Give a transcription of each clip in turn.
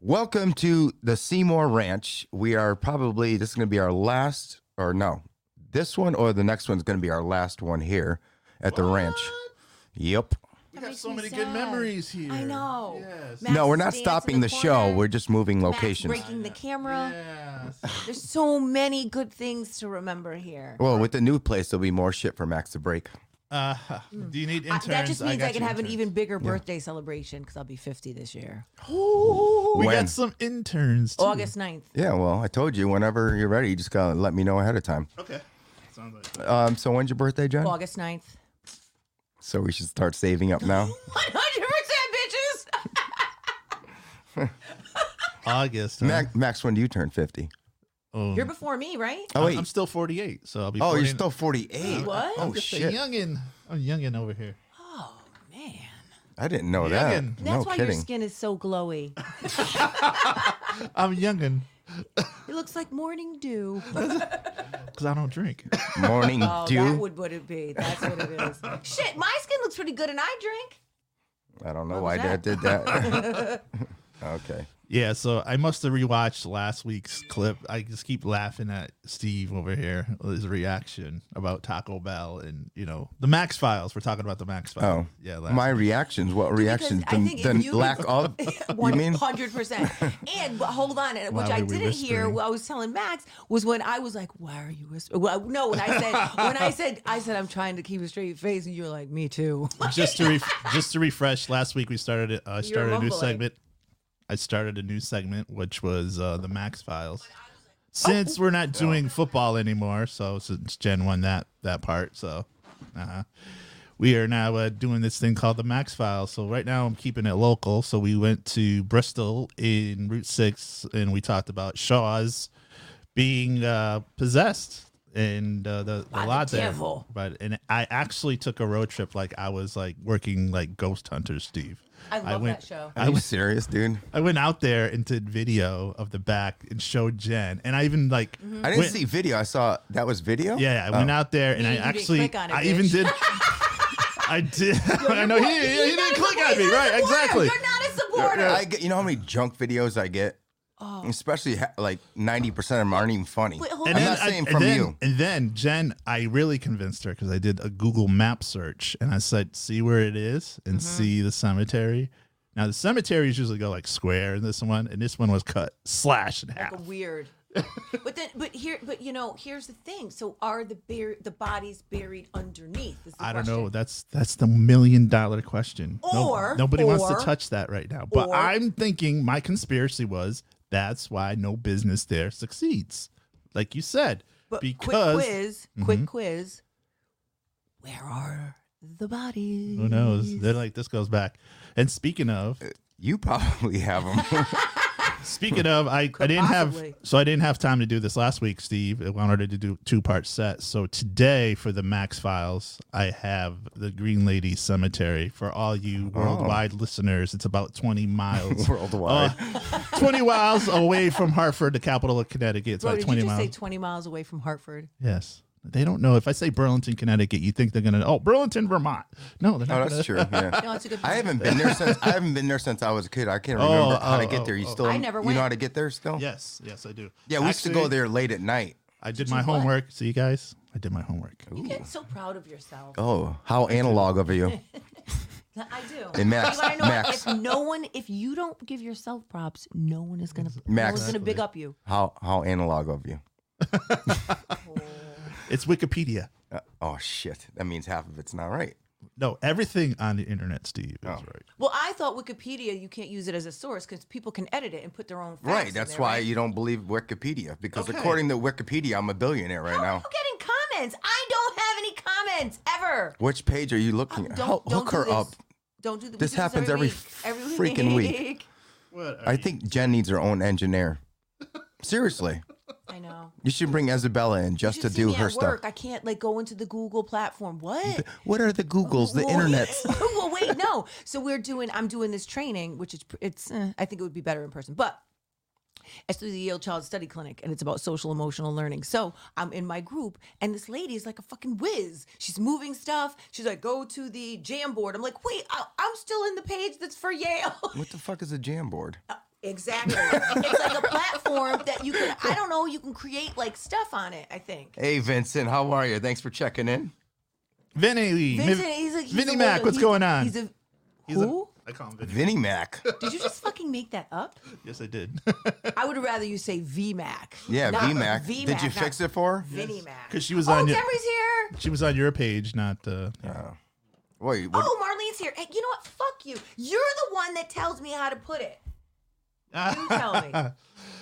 Welcome to the Seymour Ranch. We are probably this is going to be our last, or no, this one or the next one's going to be our last one here at the ranch. Yep. We That got makes so me many good sad. memories here. I know. Yes. Matt- no, we're not stands in stopping the the, show. corner. We're just moving Matt's locations. breaking the camera. Yes. There's so many good things to remember here. Well, with the new place, there'll be more shit for Max to break. Uh, do you need Mm. I- interns? that just means I, got can you have an interns. even bigger birthday celebration because I'll be 50 this year. We When? got some interns. Too. August 9th. Yeah, well, I told you whenever you're ready, you just gotta let me know ahead of time. Okay. Sounds like Um, so when's your birthday, John? August 9th. So we should start saving up now. 100% bitches. August. huh? Max, Max, when do you turn fifty? Mm. oh, You're before me, right? Oh I'm wait. still 48, so I'll be. Oh, you're 49 still forty-eight. What? Oh I'm just a shit! youngin. I'm youngin over here. Oh, man. I didn't know that. Youngin. That's no why kidding. your skin is so glowy. I'm youngin It looks like morning dew. because I don't drink. Morning Oh, dew. that would what it be. That's what it is. Shit, my skin looks pretty good and I drink. I don't know why What was Dad that? did that. okay. yeah, so I must have rewatched last week's clip. I just keep laughing at Steve over here, his reaction about Taco Bell and you know the Max Files. We're talking about the Max Files. Oh, yeah. Last My reactions. What reactions? I think The, if the you- lack of. you mean? 100%. And but hold on, and- Why which I were we didn't hear, whispering? what I was telling Max was when I was like, why are you whispering? Well, no, when I said, when I said, I said, I'm trying to keep a straight face and you're like, me too. just to ref just to refresh, last week we started it- I started a new mumbling. segment. I started a new segment which was uh, the Max Files. Oh Since we're not doing football anymore, so since Jen won that that part, so uh, we are now uh, doing this thing called the Max Files. So right now I'm keeping it local. So we went to Bristol in Route Six, and we talked about Shaw's being uh, possessed and uh, the, the the lot there. devil. But and I actually took a road trip like I was like working like ghost hunter Steve. I love that went, show. Are you serious, dude? I went out there and did video of the back and showed Jen, and I even like Mm-hmm. I didn't went- see video. I saw that was video. Yeah, I went out there and Yeah, I you didn't actually click on it, I even bitch. did. I did. I know he, What? he, He's he not didn't a click supporter. on me. He's not a Right, supporter. exactly. You're not a supporter. I get, you know how many junk videos I get? Especially ha- like 90% of them aren't even funny. Oh. Wait, hold I'm on. not I- saying and from then- you. And then Jen, I really convinced her because I did a Google map search and I said, see where it is and Mm-hmm. see the cemetery. Now the cemeteries usually go like square in this one, and this one was cut slash in half. Like a weird. but then, but here, but you know, here's the thing. So are the bur- the bodies buried underneath? Is the I don't question. know. That's that's the million dollar question. No- Or- nobody wants or- to touch that right now. But or- I'm thinking my conspiracy was that's why no business there succeeds, like you said, But because Mm-hmm. quick quiz, quick quiz. Where are the bodies? who knows? They're like this goes back. And speaking of, You probably have them. Speaking of, I, I didn't possibly. have so I didn't have time to do this last week, Steve. I wanted to do two part sets. So today for the Max Files, I have the Green Lady Cemetery for all you Oh. worldwide listeners. It's about twenty miles Worldwide. uh, twenty miles away from Hartford, the capital of Connecticut. It's Bro, about did you twenty just miles. say 20 miles away from Hartford? yes, they don't know. If I say Burlington, Connecticut, you think they're gonna oh Burlington, Vermont? No, they're not. oh, gonna, that's true. Yeah. No, it's a good point. I haven't been there since I haven't been there since I was a kid. I can't Oh, remember how to oh, get there. You oh, still I never You went. know how to get there still? Yes, yes, I do. Yeah, we used to go Actually, there late at night. I did my what? homework. See you guys. I did my homework. You get so proud of yourself. Oh, how analog of you. I do. And Max- You wanna know Max. If no one, if you don't give yourself props, no one is gonna. Max. no one's gonna big up you. How how analog of you. It's Wikipedia. Uh, oh shit. That means half of it's not right. No, everything on the internet, Steve. Is right. Well, I thought Wikipedia, you can't use it as a source because people can edit it and put their own. Facts Right. in That's there, why right? you don't believe Wikipedia because Okay. according to Wikipedia, I'm a billionaire right How are now. you getting comments? I don't have any comments ever. Which page are you looking at? Oh, Don't, Ho- don't Hook do her this. up. Don't do th- we This do happens every every week. freaking week. What I think Jen needs her own engineer. Seriously, I know. you should bring Isabella in just You to should see do me her at work. stuff. I can't like go into the Google platform. What? What are the Googles, the Well, internets? well, wait, no. So we're doing. I'm doing this training, which is it's. eh, I think it would be better in person, but it's through the Yale Child Study Clinic, and it's about social emotional learning. So I'm in my group, and this lady is like a fucking whiz. She's moving stuff. She's like, go to the Jamboard. I'm like, wait, I, I'm still in the page that's for Yale. What the fuck is a Jamboard? Exactly. it's like a platform that you can, I don't know, you can create like stuff on it, I think. Hey, Vincent, how are you? Thanks for checking in. Vinny. Vincent, he's a, he's Vinny a Mac, little- what's he's- going on? He's a, He's a- who? I call him Vinny. Vinny Mac. Did you just fucking make that up? Yes, I did. I would rather you say VMAC. Yeah, not V Mac. VMAC, Did you not fix it for? her? Vinny Mac. Because she was Oh, on your, Demery's here. she was on your page, not uh, Wait, what? Oh, Marlene's here. Hey, you know what? Fuck you. You're the one that tells me how to put it. You tell me.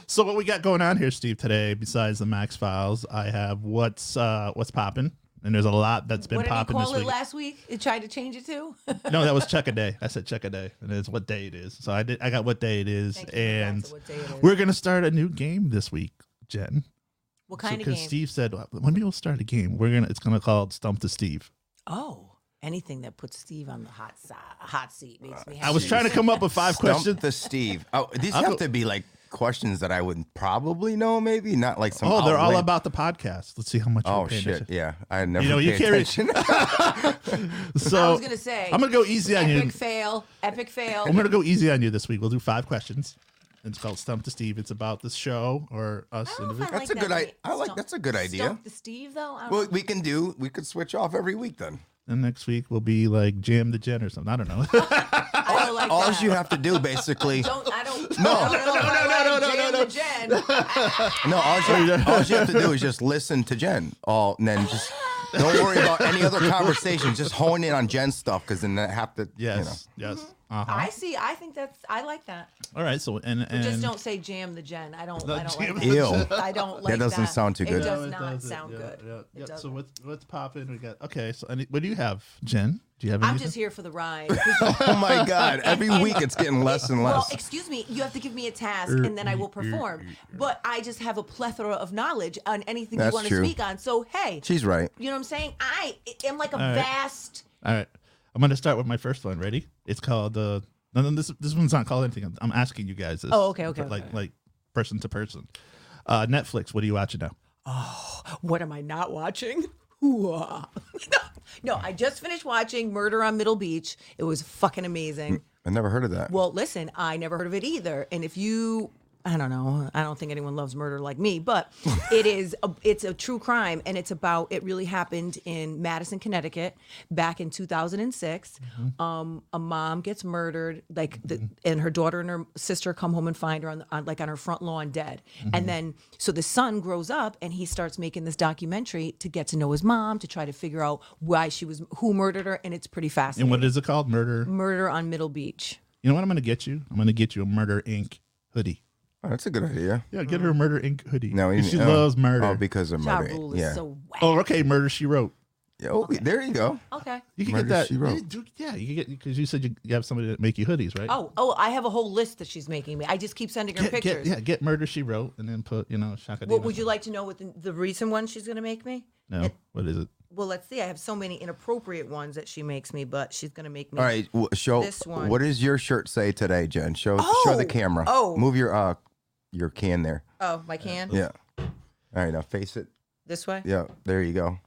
So what we got going on here, Steve, today, besides the Max Files, I have what's uh what's popping. And there's a lot that's been what did he popping this call it week. last week? It tried to change it to? no, that was check a day. I said check a day. And it's what day it is. So I did I got what day it is. Thank you for that, and so what day it is. we're gonna start a new game this week, Jen. What kind of Because game? Steve said when people start a game, we're gonna it's gonna called Stump to Steve. oh, anything that puts Steve on the hot side, hot seat makes me happy. I was trying to come up with five Dump questions. the Steve. Oh, these I'll have go- to be like questions that I would probably know, maybe not like some. Oh, they're all outran- about the podcast. Let's see how much. Oh you're paying shit! attention. Yeah, I never. You know, you pay carry- attention. So I was going to say, I'm gonna go easy on you. epic fail, epic fail. I'm gonna go easy on you this week. We'll do five questions. It's called Stump to Steve. It's about the show or us. I don't know if I Individually. That's like a good that i- name. I like- Stump- that's a good idea. Stump the Steve, though? I don't well, know. we can do. We could switch off every week then. And next week will be like Jam the Jen or something. I don't know. I don't like All that. you have to do, basically. Don't, I don't. No, no, no, no, no, no, no, no, no, no. No, all you, all you have to do is just listen to Jen. All and then just don't worry about any other conversations. Just hone in on Jen's stuff because then that have to. You know. yes, yes. Uh-huh. I see. I think that's. I like that. All right. So and and Just don't say jam the gen. I don't. I don't jam like the gen. that. Ew. I don't like that. doesn't sound too It good. does it not doesn't. sound Yeah, good. yeah, yeah. It So doesn't. what's what's popping? We got okay. So any, what do you have, Jen? Do you have? I'm anything? just here for the ride. 'Cause- Oh my god! Every week it's getting less and well, less. excuse me. You have to give me a task, and then I will perform. But I just have a plethora of knowledge on anything That's you want to true. speak on. So hey, She's right. you know what I'm saying? I am like a right. vast. All right. I'm gonna start with my first one. Ready? It's called uh no, no this this one's not called anything. I'm, I'm asking you guys this. Oh, okay, okay, Like okay. like person to person. Uh Netflix, what are you watching now? What am I not watching? Hoo-ah. no, I just finished watching Murder on Middle Beach. It was fucking amazing. I never heard of that. Well, listen, I never heard of it either. And if you, I don't know, I don't think anyone loves murder like me, but it is, a, it's a true crime, and it's about it really happened in Madison, Connecticut, back in 2006. Mm-hmm. Um, a mom gets murdered, like, the, and her daughter and her sister come home and find her on, the, on like on her front lawn dead. Mm-hmm. And then, so the son grows up and he starts making this documentary to get to know his mom to try to figure out why she was who murdered her, and it's pretty And fascinating. what is it called? Murder. Murder on Middle Beach. You know what I'm gonna get you? I'm gonna get you a Murder Inc. hoodie. Oh, that's a good idea. Yeah, get her a Murder Inc. hoodie. No, he- because she oh. loves murder. Oh, because of Ja murder. Rule is yeah. so whack. oh, okay, Murder She Wrote. Yeah, oh, There you go. Okay. You can Murder, get that. She Wrote. you do- Yeah, you can get because you said you, you have somebody that make you hoodies, right? Oh, oh, I have a whole list that she's making me. I just keep sending her get, pictures. get, yeah, get Murder She Wrote, and then put you know Shaka. What would you like to know with the, the recent one she's going to make me? No, what is it? Well, let's see. I have so many inappropriate ones that she makes me, but she's going to make me. All right. W- show. This one. What does your shirt say today, Jen? Show. show the Oh, camera. oh. Move your uh, your can there. Oh, my can? Yeah. All right. Now face it. This way? Yeah. There you go.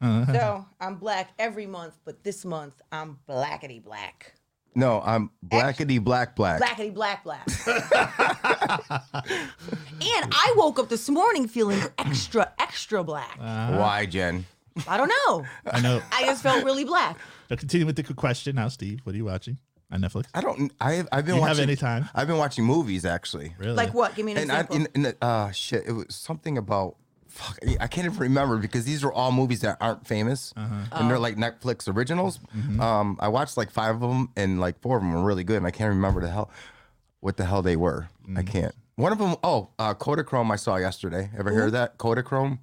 Uh, So I'm black every month, but this month I'm blackety black. No, I'm blackety black black. Blackety black black. and I woke up this morning feeling extra, extra black. Why, Jen? I don't know. I know. I just felt really black. Now continue with the good question now, Steve. What are you watching on Netflix? I don't. I've I've been You have watching. any time? I've been watching movies actually. Really? Like what? Give me an And I example. in, in the, uh shit, it was something about. Fuck, I can't even remember because these were all movies that aren't famous, and Oh. they're like Netflix originals. Um, I watched like five of them, and like four of them were really good, and I can't remember the hell, what the hell they were. I can't. One of them, oh, uh, Kodachrome, I saw yesterday. Ever heard of that? Kodachrome?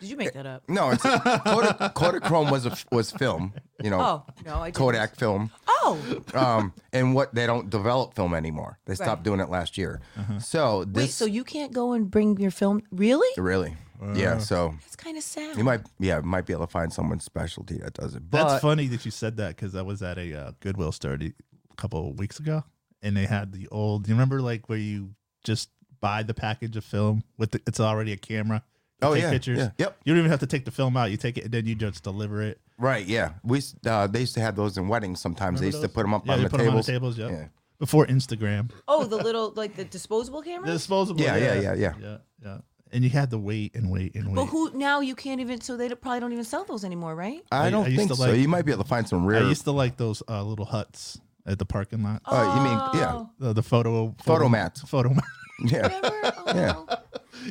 Did you make that up? No, it's Kodak, Kodachrome was a f was film. You know, Oh, no, I didn't. Kodak film Oh, um, and what they don't develop film anymore. They stopped Right. doing it last year. So this wait. So you can't go and bring your film? Really? really, Uh. yeah. So That's kind of sad. you might, yeah, might be able to find someone's specialty that does it. But That's funny that you said that because I was at a uh, Goodwill store the- a couple of weeks ago, and they had the old. You remember like where you just buy the package of film with the, it's already a camera. You Oh, take yeah, pictures. yeah, yep. You don't even have to take the film out. You take it and then you just deliver it. right, yeah, we s- uh, they used to have those in weddings. Sometimes they used Remember to put them up Yeah, on they the put 'em on the tables. tables, yep. Yeah. before Instagram. Oh, the little like the disposable The cameras. disposable. Yeah, yeah, yeah, yeah, yeah. yeah, yeah. And you had to wait and wait and wait. But who now you can't even so they probably don't even sell those anymore, right? I- I don't I used think to so. like- you might be able to find some I rare. used to like those uh, little huts at the parking lot. Oh, you mean- yeah. Oh, The, the photo Photo mat. Photo mat. yeah. Remember? Oh. Yeah.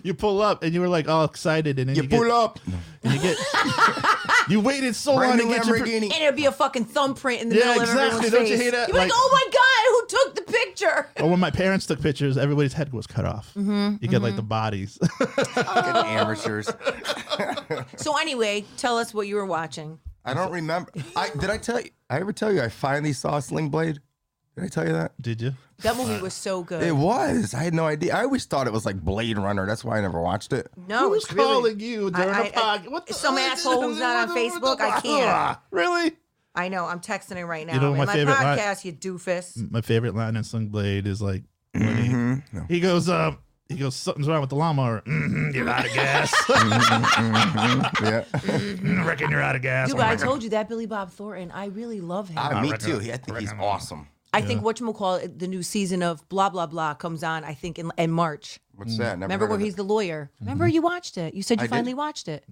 You pull up and you were like all excited, and then you, You pull get, up, and you get. you waited so long brand to new get your. pr- Lamborghini. And it'd be a fucking thumbprint in the Yeah, middle of exactly. everyone's Don't you face. hate that? You'd be like, Like- oh my god, who took the picture? Or Oh, when my parents took pictures, everybody's head was cut off. Mm-hmm, you get like the bodies. Fucking amateurs. So anyway, tell us what you were watching. I don't remember. I did I tell you? I ever tell you I finally saw Sling Blade? Did I tell you that? Did you? That movie was so good. It was. I had no idea. I always thought it was like Blade Runner. That's why I never watched it. no, Who was Oh, it's really- calling you during I- a I- podcast? What the- some asshole who's not on Facebook, I can't. Really? I know. I'm texting it right now. know In my my favorite line- podcast, you doofus. My favorite line in Sling Blade is like, when he, he goes, uh, he goes, something's wrong with the lawnmower. Mm-hmm, you're out of gas. Yeah. Ah, I reckon you're out of gas. Oh Dude, but I told you that Billy Bob Thornton, I really love him. Ah, I, me reckon- too. He- I think he's reckon- awesome. think whatchamacallit, the new season of Blah Blah Blah comes on, I think, in, in March. What's that? Never Remember heard where of he's the lawyer? Remember you watched it. You said you I did? Mm-hmm. Oh, finally watched it.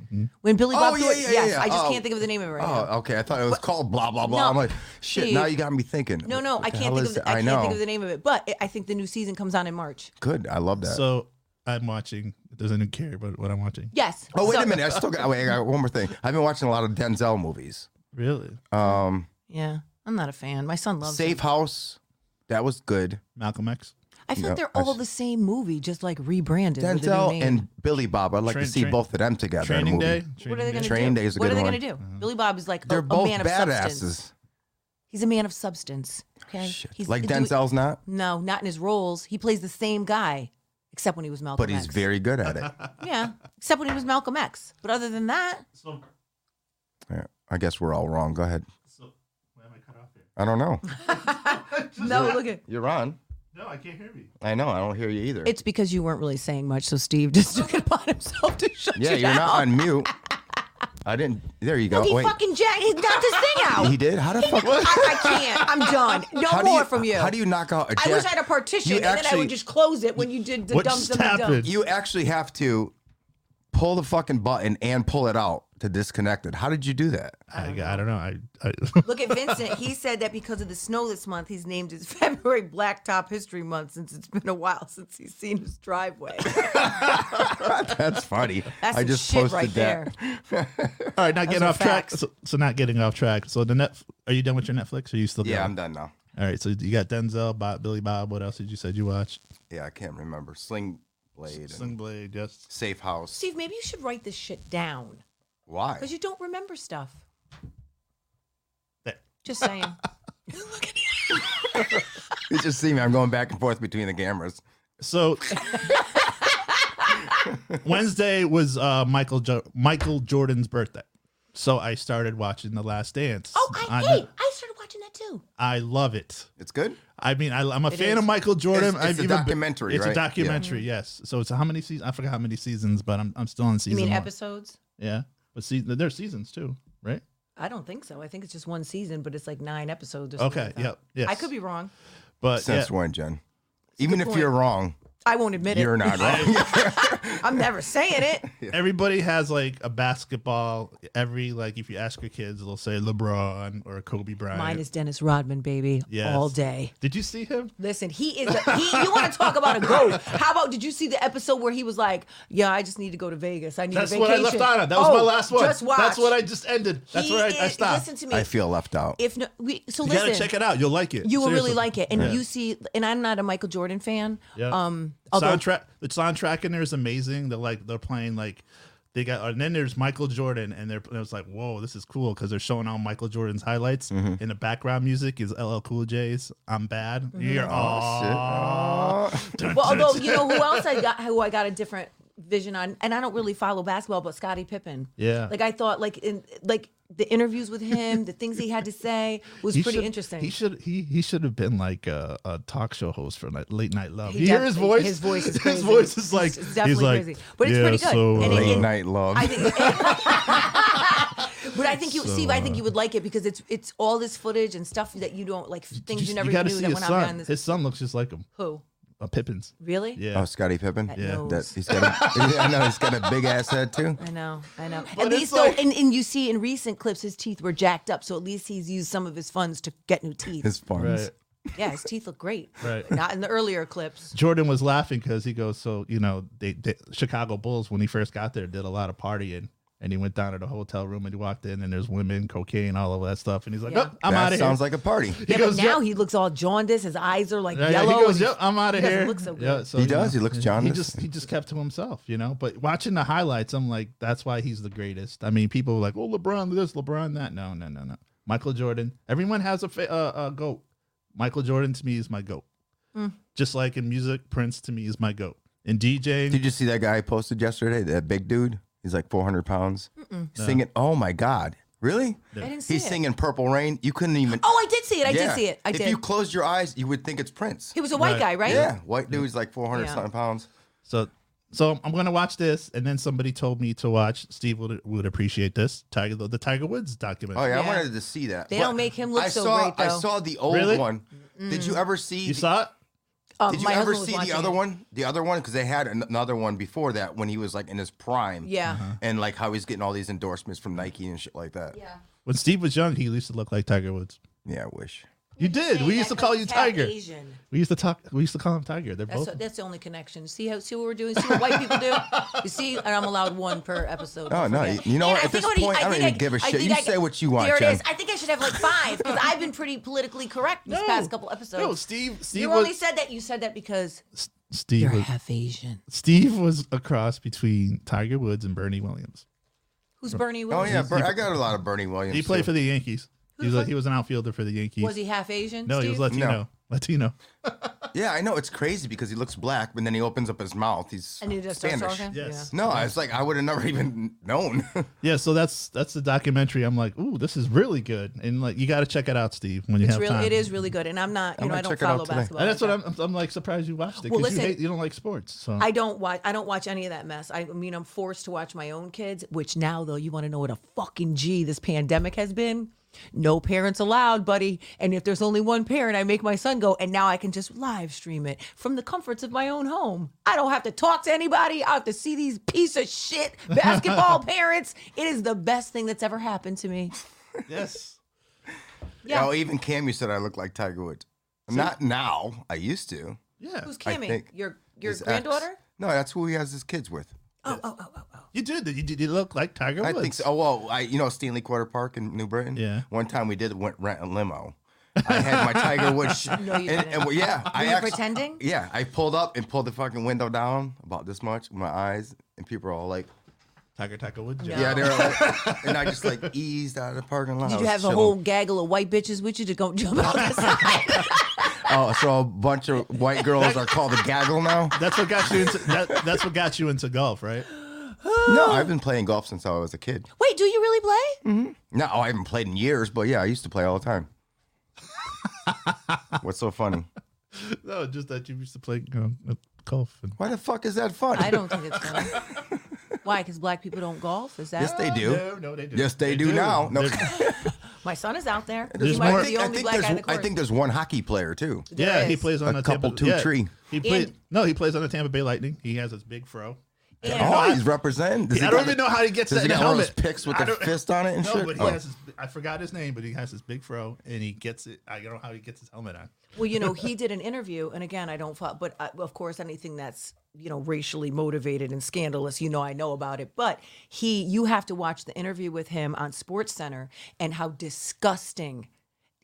When Billy Bob yeah, Thornton. yeah, yes, yeah. I just Oh. can't think of the name of it right it. now. Oh, okay. I thought it was called blah blah blah. No. I'm like, shit. Now Dude. you got me thinking. No, no, What I the can't hell think is of the, that? I, can't know. think of the name of it. But it, I think the new season comes on in March. Good. I love that. So I'm watching. It doesn't care about what I'm watching. Yes. oh wait So- a minute. I still got. Wait, I got one more thing. I've been watching a lot of Denzel movies. Really? Um, Yeah, I'm not a fan. My son loves. Safe it. House. That was good. Malcolm X. I feel like No, they're I all s- the same movie, just like rebranded. with a new Denzel name. and Billy Bob. I'd like Train- to see train- both of them together. in a Training movie. Day. What Training are they going Day. to Train do? Day is a what good are they one. going to do? Billy Bob is like a- Mm-hmm. They're a, both man of substance. badasses. He's a man of substance. Okay. Shit. He's like do- Denzel's not, No, not in his roles. He plays the same guy, except when he was Malcolm. but he's X. very good at it. yeah, except when he was Malcolm X. But other than that, So, Yeah, I guess we're all wrong. Go ahead. so, why am I cut off here? I don't know. no. Look at You're on. No, I can't hear you. I know. I don't hear you either. it's because you weren't really saying much, so Steve just took it upon himself to shut yeah, you you're down. not on mute. I didn't. There you go. He Wait, fucking jacked. He knocked his thing out. he did. How the fuck? I, I can't. I'm done. No How do more you, from you. How do you knock out a jack? I wish I had a partition, You and then I actually- would just close it when you did the What dumb just dumb dumb. happened? You actually have to pull the fucking button and pull it out to disconnect it. How did you do that? I, I don't know. I, I Look at Vincent. He said that because of the snow this month, he's named his February Blacktop History Month since it's been a while since he's seen his driveway. That's funny. That's I some just shit posted right that. there. all right. Not getting are off track. facts. So, so not getting off track. So the net. Are you done with your Netflix? Or are you still? Yeah, going? I'm done now. All right. So you got Denzel, Bob, Billy Bob. What else did you said you watched? Yeah, I can't remember. Sling Blade, and Sling Blade. Yes. Safe House. Steve, maybe you should write this shit down Why? because you don't remember stuff. There. Just saying. Look at him. You just see me. I'm going back and forth between the cameras. So Wednesday was uh, Michael jo- Michael Jordan's birthday. So I started watching The Last Dance. Oh, I, on hey, Net- I started watching that too. I love it. It's good. I mean, I, I'm a fan of is. Michael Jordan. It's- it's I've a even- documentary, It's a right? Yeah. documentary, yes. So it's how many seasons? I forgot how many seasons, but I'm, I'm still on You season. mean one. episodes? Yeah, but see, there's seasons too, right? I don't think so. I think it's just one season, but it's like nine episodes. Or something Okay. like that. Yep. Yes. I could be wrong. But Since yeah, when, Jen? Even if point. you're wrong, I won't admit it. you're not wrong. I'm never saying it. everybody has like a basketball. Every like, if you ask your kids, they'll say LeBron or Kobe Bryant. Mine is Dennis Rodman, baby, Yes. all day. Did you see him? Listen, he is. A, he, you want to talk about a ghost? How about did you see the episode where he was like, "Yeah, I just need to go to Vegas. I need That's a what I vacation." left on it. That was Oh, my last one. Just watch. That's what I just ended. That's He where I, I is- stopped. Listen to me. I feel left out. if no, we, so you listen, gotta check it out. You'll like it. you will really Seriously. like it, and Yeah. you see. And I'm not a Michael Jordan fan. Yeah. Um. Although soundtrack. The soundtrack in there is amazing. They're like they're playing like they got, and then there's Michael Jordan, and they're and it's like, whoa, this is cool because they're showing all Michael Jordan's highlights, and the background music is LL Cool J's "I'm Bad." Mm-hmm. You hear, Oh, shit. "Aw." Dun, Well, dun, although dun. you know who else I got, who I got a different vision on, and I don't really follow basketball, but Scottie Pippen. Yeah. Like I thought, like in like the interviews with him, the things he had to say was He pretty should- interesting. He should he he should have been like a, a talk show host for like late night love. He you hear his definitely- voice? His voice is his crazy. voice is like It's definitely he's like, uh, crazy, but it's "Yeah, pretty good. So, And uh, it- Late it- night love. I think. But I think you, So, Steve, I uh, think you would like it because it's it's all this footage and stuff that you don't like, things Just- you never gotta knew see that his went on son. behind this. His son looks just like him. Who? A Pippins. Really? Yeah. Oh, Scotty Pippen. That Yeah. nose. That, he's got a, I know he's got a big ass head too. I know, I know. at it's least like- though, and, and you see in recent clips, his teeth were jacked up. So at least he's used some of his funds to get new teeth. His farms. Right. yeah, his teeth look great. Right. Not in the earlier clips. Jordan was laughing because he goes, so you know, they, they Chicago Bulls when he first got there did a lot of partying, and he went down to the hotel room and he walked in and there's women, cocaine, all of that stuff, and he's like, Yeah. oh, I'm that out of here. sounds like a party. he Yeah, goes, but now "Yep." he looks all jaundiced. His eyes are like Yeah, yeah, yellow. He goes, and yep, I'm out of he doesn't here. look so good. Yeah, so, He you does, know, he looks He jaundiced. just he just kept to himself, you know. But watching the highlights, I'm like, that's why he's the greatest. I mean, people are like, oh, LeBron this, LeBron that. No, no, no, no. Michael Jordan. Everyone has a fa- uh, a goat. Michael Jordan to me is my goat. Mm. Just like in music, Prince to me is my goat. And DJing, Did you see that guy I posted yesterday? That big dude. He's like 400 pounds. Singing. Oh my God. Really? I didn't see He's it. singing Purple Rain. You couldn't even. Oh, I did see it. I Yeah. did see it. I If did. you closed your eyes, you would think it's Prince. he was a white Right. guy, right? Yeah. White dude's like 400 Yeah. something pounds. So, so I'm gonna watch this, and then somebody told me to watch. Steve would, would appreciate this Tiger the, the Tiger Woods documentary. Oh yeah, I Yeah. wanted to see that. They But don't make him look I so saw, great, I though. saw the old Really? one. Did you ever see? You the- saw it? Um, Did you my ever husband was see the watching other it. one? The other one because they had an- another one before that when he was like in his prime. Yeah. Uh-huh. And like how he's getting all these endorsements from Nike and shit like that. Yeah. When Steve was young, he used to look like Tiger Woods. Yeah, I wish. You did. We used to call you Tiger. Asian. We used to talk. We used to call him Tiger. They're That's both. what, that's the only connection. See how see what we're doing. See what white people do. You see, and I'm allowed one per episode. Oh, no, Yeah. you- you know And what? At think this already- point, I don't think even give a I shit. think You I- say what you want, There it Jen. is. I think I should have like five because I've been pretty politically correct these past couple episodes. No, Steve. Steve you was. only said that. You said that because Steve you're was. half Asian. Steve was a cross between Tiger Woods and Bernie Williams. Who's Bernie Oh Williams? yeah, Ber- I got a lot of Bernie Williams. He played too. for the Yankees. He was, a, he was an outfielder for the Yankees. Was he half Asian? No, he was Steve? Latino. No. Latino. Yeah, I know it's crazy because he looks black, but then he opens up his mouth. He's And he just starts Spanish. talking. Yes. No, I was like, I would have never even known. Yeah, so that's that's the documentary. I'm like, ooh, this is really good, and like you got to check it out, Steve, when you It's have real. time. It is really good, and I'm not. You know, gonna I don't check it out follow today. basketball. And that's like what that. I'm. I'm, I'm like surprised you watched it Well, because you listen- hate, you don't like sports. So I don't watch. I don't watch any of that mess. I mean, I'm forced to watch my own kids. Which now, though, you want to know what a fucking g this pandemic has been. No parents allowed, buddy. And if there's only one parent, I make my son go. And now I can just live stream it from the comforts of my own home. I don't have to talk to anybody. I have to see these piece of shit basketball parents. It is the best thing that's ever happened to me. yes, Yeah. Oh, even Cam, you said I look like Tiger Woods. Not now. I used to. yeah, Who's I Kimmy? think Your your His ex. granddaughter? No, that's who he has his kids with. Oh, oh, oh, oh, oh. you did. You did. You look like Tiger I Woods. think so. Oh well, I you know Stanley Quarter Park in New Britain. Yeah. One time we did went rent a limo. I had my Tiger Woods. sh- No, you and- didn't. and- well, yeah, I you actu- pretending? Yeah, I pulled up and pulled the fucking window down about this much with my eyes, and people are all like, Tiger Tiger Woods. No. yeah. "Yeah, they're like," and I just like eased out of the parking lot. I Oh. Did you was have a chilling. whole gaggle of white bitches with you to go jump out the side? Oh, so a bunch of white girls are called a gaggle now. That's what got you into. That, that's what got you into golf, right? No, I've been playing golf since I was a kid. Wait, do you really play? No, oh, I haven't played in years, but yeah, I used to play all the time. What's so funny? No, just that you used to play you know, golf. And, Why the fuck is that funny? I don't think it's funny. Why? Because black people don't golf? Is that Yes, they do. no, no, they do. Yes, they do now. No. They're- my son is out there? There's he might more- be the only black there's, guy in the court. I think there's one hockey player too. yeah, he is. plays on A the couple Tampa, two yeah. tree. He plays. And- No, he plays on the Tampa Bay Lightning. He has his big fro. And- Oh, he's representing. Does I don't even know how he gets Does that he in a got one of those helmet. picks with I the don't- fist on it and No, shit? but he Oh. has his, I forgot his name, but he has his big fro and he gets it. I don't know how he gets his helmet on. well, you know, he did an interview, and again, I don't follow, but uh, of course, anything that's you know racially motivated and scandalous, you know, I know about it. But he, you have to watch the interview with him on Sports Center and how disgusting,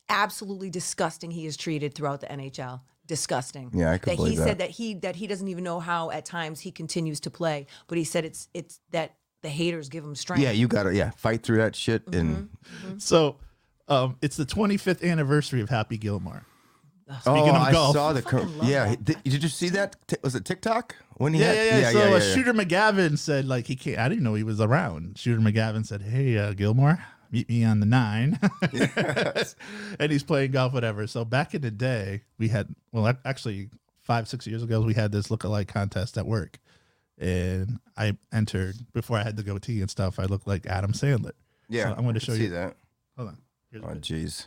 absolutely disgusting, he is treated throughout the NHL. Disgusting. Yeah, I could that he believe that. said that he that he doesn't even know how at times he continues to play, but he said it's it's that the haters give him strength. Yeah, you gotta yeah fight through that shit and So, um, it's the 25th anniversary of Happy Gilmore. oh of I golf. saw the I Mm-hmm. fucking cur- love yeah that. did, did you see that Ti- was it TikTok when he Yeah, had, yeah, yeah. so uh, yeah. Shooter McGavin said, like, he can't, I didn't know he was around. Shooter McGavin said, hey, uh, Gilmore, meet me on the nine. and he's playing golf, whatever. So back in the day, we had, well, ac- actually, five, six years ago, we had this lookalike contest at work. And I entered before I had the goatee and stuff. I looked like Adam Sandler. Yeah, So I'm going to show see you. that. Hold on. Here's a Oh, picture. jeez.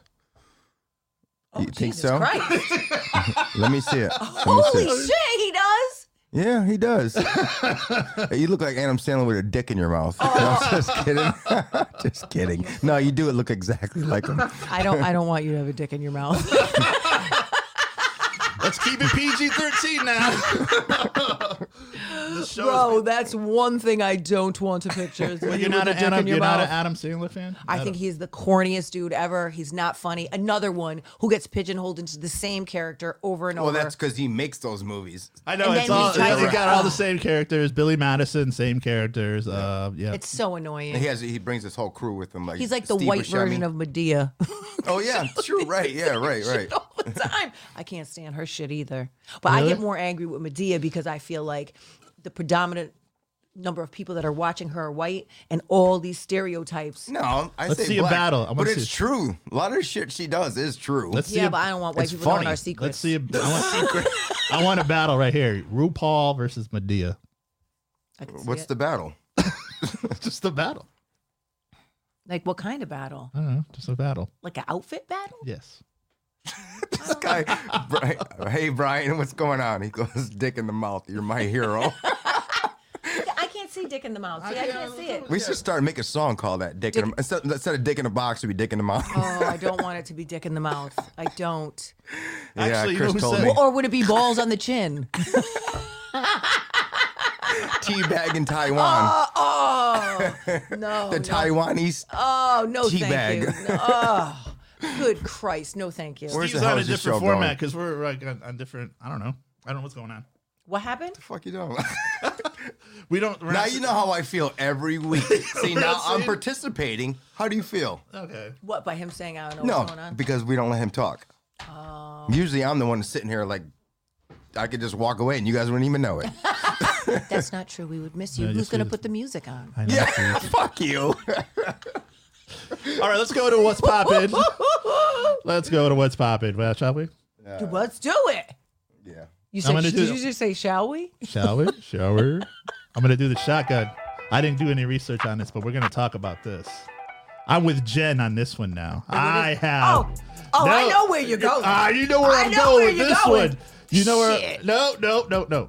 Oh, You think Jesus so? Christ. Let me see it. Let me see Holy it. shit, he does. Yeah, he does. Hey, you look like Adam Sandler with a dick in your mouth. Oh. No, just kidding. just kidding. No, you do it look exactly like him. I don't. I don't want you to have a dick in your mouth. Let's keep it PG 13 now. the show Bro, that's one thing I don't want to picture. is But you you're not with an a dick Adam. in your You're not an mouth. Adam Sandler fan. I think he's the corniest dude ever. He's not funny. Another one who gets pigeonholed into the same character over and Well, over. that's because he makes those movies. I know And it's then all. he tries They to- got all the same characters. Billy Madison, same characters. Uh, yeah. it's so annoying. He has. He brings his whole crew with him. Like He's like the Steve white Buscemi. version of Medea. Oh yeah, true. Right. Yeah. Right. Right. all the time. I can't stand her shit either. But I get Really? more angry with Medea because I feel like the predominant number of people that are watching her are white and all these stereotypes. No, I Let's say see a black, battle. I wanna but see it's it. true. A lot of shit she does is true. Let's see. yeah, a- but I don't want white it's people knowing funny. our Let's secrets. Let's see. A, I, want, I want a battle right here. RuPaul versus Medea. I can see What's it. the battle? just a battle. like? What kind of battle? I don't know. Just a battle. Like an outfit battle? Yes. This guy, Brian, hey Brian, what's going on? He goes, "Dick in the mouth, you're my hero." I can't see dick in the mouth. See, I can't see it. we should start make a song called that. Dick, in the, instead, instead of "Dick in the Box," it would be "Dick in the Mouth." Oh, I don't want it to be dick in the mouth. I don't. yeah, Actually, you know Chris who told said- me Or would it be balls on the chin? teabag in Taiwan, Oh, oh no. the no. Taiwanese. Oh no, thank Teabag. you. No, Oh, good Christ, no, thank you. Where's Steve's the hell on a is this different show going? format because we're like on, on different. I don't know. I don't know what's going on. What happened? Fuck you don't. We don't. We're now not- you know how I feel every week. See, We're now not I'm saying- participating. How do you feel? Okay. What by him saying I don't know No, what's going on? Oh. because we don't let him talk. Usually, I'm the one sitting here like I could just walk away and you guys wouldn't even know it. That's not true. We would miss you. No, Who's just gonna leave it. put the music on? I know. yeah, fuck you. All right. Let's go to what's poppin'. let's go to what's poppin'. Well, shall we? Dude, Let's do it. Yeah. You I'm said? gonna Did do- you just say? Shall we? Shall we? Shall we? I'm gonna do the shotgun. I didn't do any research on this, but we're gonna talk about this. I'm with Jen on this one now. I have. Oh, oh, I know where you're going. Ah, you know where I I'm know going where with you're this going. one. You know where? Shit. No, no, no, no.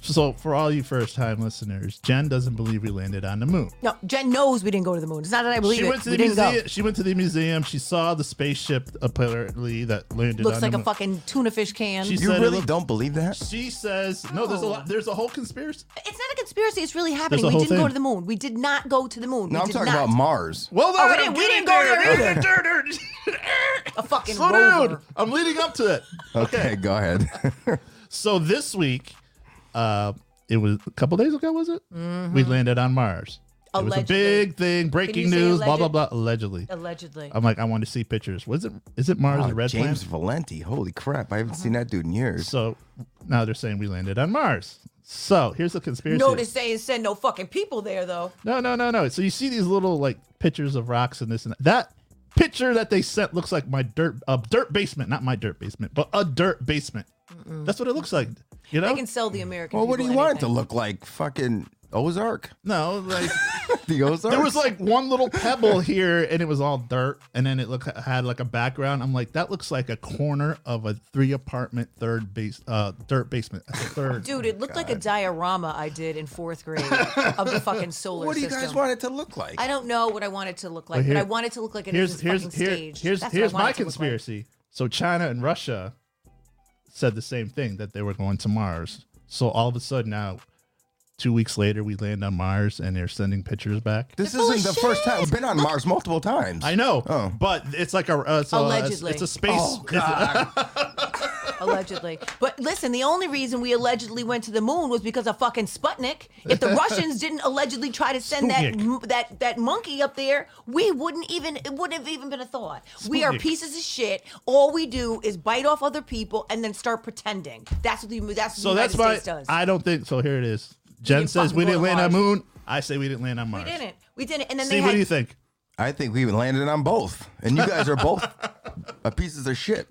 So for all you first-time listeners, Jen doesn't believe we landed on the moon. No, Jen knows we didn't go to the moon. It's not that I believe She it. went to we the didn't museum. go. She went to the museum. She saw the spaceship apparently that landed. Looks on like the a moon. fucking tuna fish can. She's- it's You said it really looked- don't believe that? She says no. Oh. There's a lot. There's a whole conspiracy. not a conspiracy. It's really happening. a We whole didn't go thing. to the moon. We did not go to the moon. No, we I'm did talking not. about Mars. Well, Oh, we Adam, didn't- we get didn't in go there either. a fucking Slow rover. down. I'm leading up to it. Okay, go ahead. So this week, uh, it was a couple days ago, was it? We landed on Mars. It was a Mm-hmm. Allegedly. big thing, breaking you say news, blah blah alleged? blah. Allegedly, Allegedly. I'm like, I want to see pictures. Was it? Is it Mars? Wow, a red James planet? Valenti. Holy crap. I haven't seen that dude in years. So now they're saying we landed on Mars. So here's the conspiracy. Notice they ain't send no fucking people there though. No, no, no, no. So you see these little like pictures of rocks and this and that. that picture that they sent looks like my dirt a dirt basement, not my dirt basement, but a dirt basement. That's what it looks like. You know? They can sell the American. well, what do people you want it to anything. look like? Fucking Ozark. no, like The Ozark. there was like one little pebble here and it was all dirt and then it look had like a background. I'm like that looks like a corner of a three apartment third base uh dirt basement. That's a third. Oh, Dude, it looked like a diorama I did in fourth grade of the fucking solar what do you system. guys want it to look like? I don't know what I want it to look like, here- but I want it to look like it is here's here's this fucking here, stage. here's That's what I here's want my it to look like. conspiracy. So China and Russia said the same thing that they were going to Mars. So all of a sudden now, two weeks later, we land on Mars and they're sending pictures back. this They're full isn't the of first time. We've been on Mars multiple times. I know, Oh. but it's like a uh, it's a- it's- Allegedly. it's a space. Oh, God. allegedly. But listen, the only reason we allegedly went to the moon was because of fucking Sputnik. If the Russians didn't allegedly try to send that Sputnik. m- that that monkey up there, we wouldn't even it wouldn't have even been a thought. We are Sputnik. pieces of shit. All we do is bite off other people and then start pretending. That's what the that's what so the that's United why States does. I don't think so. Here it is. Jen didn't says fucking we go didn't to land on Mars. moon. I say we didn't land on Mars. we didn't. We didn't. And then See, they what had do you think? I think we landed on both. And you guys are both uh, pieces of shit.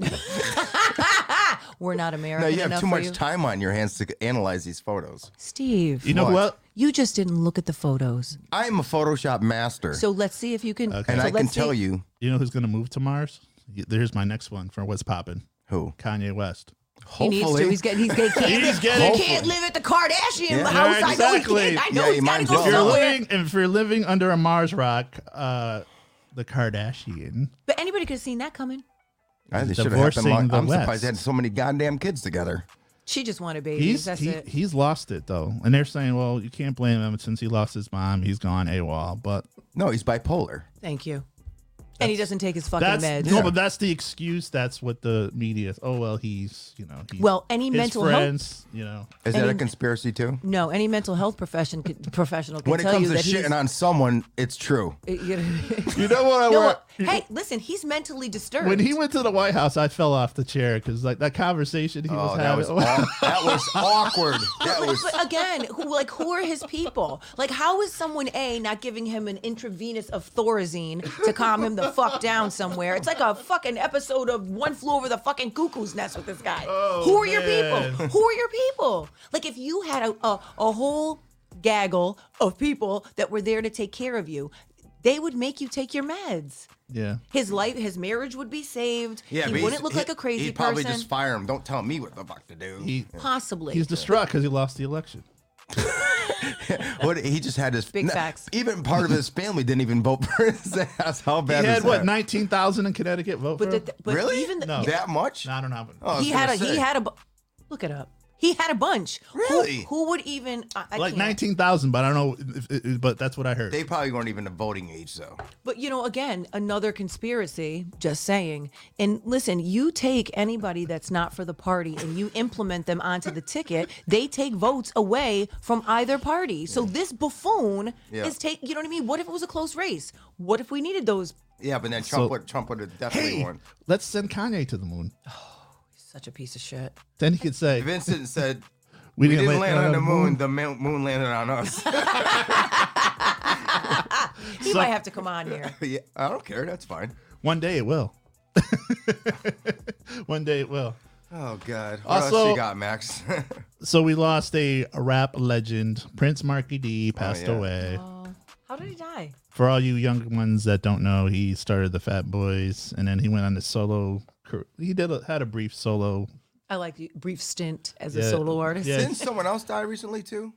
We're not American Now you have enough too for much you. time on your hands to analyze these photos. Steve, You know What? what? you just didn't look at the photos. I am a Photoshop master, So let's see if you can. Okay. and so I can let's see- tell you You know who's gonna move to Mars? Y- There's my next one for what's popping. who. Kanye West. He Hopefully, needs to. He's getting. He's getting. He He's can't, getting- he can't live at the Kardashian Yeah. house. Yeah, I know he exactly. can't. I know Yeah, he's you got to might go as If you're well. somewhere. living, if you're living under a Mars rock, uh, the Kardashian. But anybody could have seen that coming. I should have happened. divorcing Long. the I'm surprised West. they had so many goddamn kids together. She just wanted babies. He's That's he, it. he's lost it though, and they're saying, well, you can't blame him since he lost his mom. He's gone AWOL, but No, he's bipolar. Thank you. And he doesn't take his fucking that's meds. no, but that's the excuse. That's what the media. Is. Oh well, he's you know. He's, Well, any his mental health- friends, you know. Is that a conspiracy too? No, any mental health profession could, professional can When it tell comes you to that shitting on someone, it's true. he's. You know, You know what I no, want? hey, listen, he's mentally disturbed. When he went to the White House, I fell off the chair because like that conversation he Oh, was that having. was aw- that was awkward. That But- was. Oh, but again, who like who are his people? Like, how is someone A not giving him an intravenous of Thorazine to calm him the fuck down somewhere? It's like a fucking episode of One Flew Over the Fucking Cuckoo's Nest with this guy. who are your people? Oh, man. Who are your people? Like, if you had a, a a whole gaggle of people that were there to take care of you, they would make you take your meds. yeah. His life, his marriage would be saved. Yeah, but he he's- wouldn't look he- like a crazy He'd person. probably just fire him. Don't tell me what the fuck to do. He, Possibly. he's distraught because he lost the election. What he just had his Big facts. Even part of his family didn't even vote for his ass. How He bad had is what that? nineteen thousand in Connecticut vote but for. the, him? but really? even the, No. That much? No, I don't know. Oh, I was he had a gonna he say. had a bu- look it up. He had a bunch. Who- Really? Who, would even I, I like can't. nineteen thousand, but I don't know. If, if, if- but that's what I heard. They probably weren't even a voting age though. But you know, again, another conspiracy. Just saying. And listen, you take anybody that's not for the party and you implement them onto the ticket. They take votes away from either party. So this buffoon Yeah. is take. You know what I mean? What if it was a close race? What if we needed those? Yeah, but then Trump So- would Trump would have definitely hey, won. let's send Kanye to the moon. Such a piece of shit. Then he could say Vincent said we, we didn't uh, land on the moon. The moon, moon landed on us. He might have to come on here. yeah, I don't care. That's fine. One day it will. One day it will. Oh God. What else Also- you got, Max? So we lost a rap legend, Prince Marky D, passed Oh, yeah. Oh, away. How did he die? For all you young ones that don't know, he started the Fat Boys, and then he went on to solo. car- He did a, had a brief solo. I like the brief stint as a Yeah. solo artist. Yeah. Didn't someone else die recently too?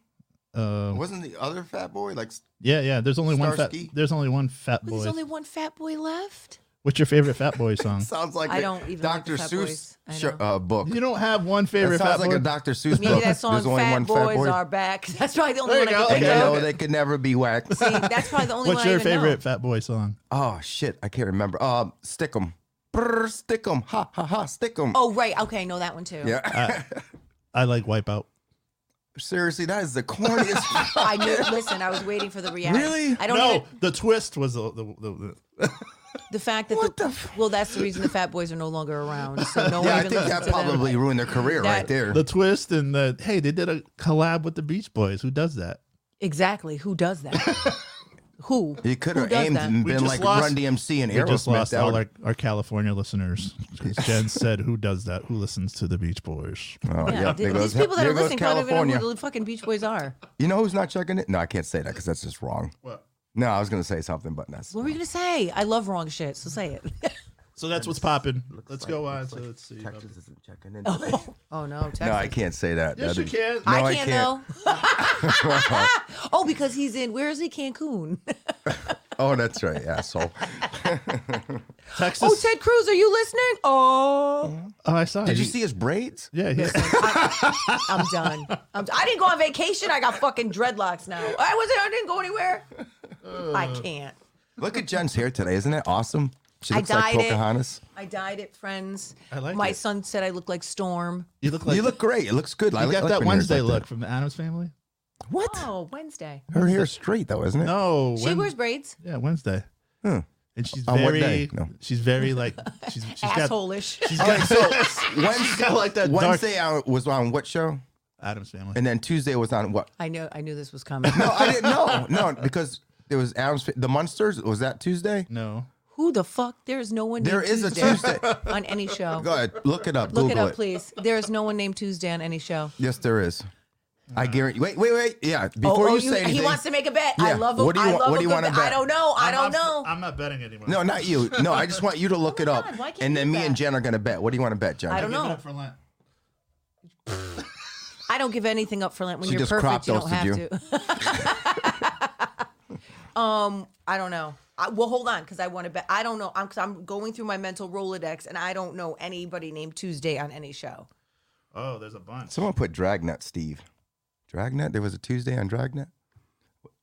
Uh, Wasn't the other fat boy like? yeah, yeah. There's only one. Starsky? Fat, there's only one Fat But there's Boy. only one fat boy left. What's your favorite Fat Boy song? Sounds like I the don't even like Dr. the Fat Seuss Boys. I sh- know. uh, book. you don't have one It favorite Fat sounds Boy. like a Dr. Seuss Maybe book. that song There's only "Fat one Boys fat boy. Are Back." That's probably the only There one you I go. can And think you Okay. of. know they could never be waxed. See, that's probably the only What's one your I even favorite know. Fat Boy song? Oh shit, I can't remember. Uh, stick 'em, Brr, stick 'em, ha ha ha, stick 'em. Oh right, okay, I know that one too. Yeah, I like Wipeout. seriously, that is the corniest. I knew. Listen, I was waiting for the reaction. Really? I don't no, even, the twist was the, the, the, the the fact that What the, the f- well, that's the reason the Fat Boys are no longer around. So no one yeah, I even think listens that to them. probably ruined their career That- right there. the twist and the hey, they did a collab with the Beach Boys. Who does that? Exactly. Who does that? Who? You could Who have does aimed that? and We been just like lost- Run DMC and We just Aerosmith. lost That all would- our, our California listeners 'cause Jen said, "Who does that? Who listens to the Beach Boys?" oh, Yeah, yeah, th- there these goes, people that there are goes listening probably don't even California. know who the fucking Beach Boys are. You know who's not checking it? No, I can't say that because that's just wrong. What? No, I was gonna say something, but that's What were you gonna say? I love wrong shit, so say it. So that's what's popping. Let's go on. So let's see. um, Texas isn't checking in. oh no, Texas. No, I can't say that. Yes, That'd you be- can. No, I I can't, can't. though. oh, because he's in where is he? Cancun. Oh, that's right, asshole. Texas. oh, Ted Cruz, are you listening? Oh, oh, I saw. it. Did you He- see his braids? Yeah, he, I'm done. I'm, I didn't go on vacation. I got fucking dreadlocks now. I wasn't. I didn't go anywhere. I can't. Look at Jen's hair today. Isn't it awesome? She I looks like dyed it. Pocahontas. I dyed it, friends. I like My it. son said I look like Storm. you look like you look great. It looks good. I You like, I got like that when your hair's Wednesday like look from the Adams Family. That. What? Oh, Wednesday. Her hair's straight though, isn't it? No, She Wed- wears braids. Yeah, Wednesday. And she's On what very. day? No. She's very like. She's, she's got. Assholeish. She's All right, got. so Wednesday, got like that dark- Wednesday I was on what show? Adams Family. And then Tuesday was on what? I knew. I knew this was coming. No, I didn't know. No, because it was Adam's. The Munsters was that Tuesday? no. Who the fuck? There is no one. There named is a Tuesday Tuesday. on any show. Go ahead, look it up. Look it Google up, please. There is no one named Tuesday on any show. Yes, there is. I guarantee. Wait, wait, wait. Yeah, before oh, you, say anything. he wants to make a bet. I Yeah. love. A, What do you I want- love what a do you good wanna bet. I bet? don't know. I I'm don't not- know. I'm not betting anymore. no, not you. No, I just want you to look it up, Oh God, why can't and then you me and bet? Jen are gonna bet. What do you want to bet, Jen? I don't Give it know. up for Lent. I don't give anything up for Lent. When She you're just crop perfect, you don't have dusted to. um, I don't know. I, well, hold on, because I want to bet. I don't know. I'm cause I'm going through my mental Rolodex, and I don't know anybody named Tuesday on any show. Oh, there's a bunch. Someone put Dragnet, Steve. Dragnet. There was a Tuesday on Dragnet.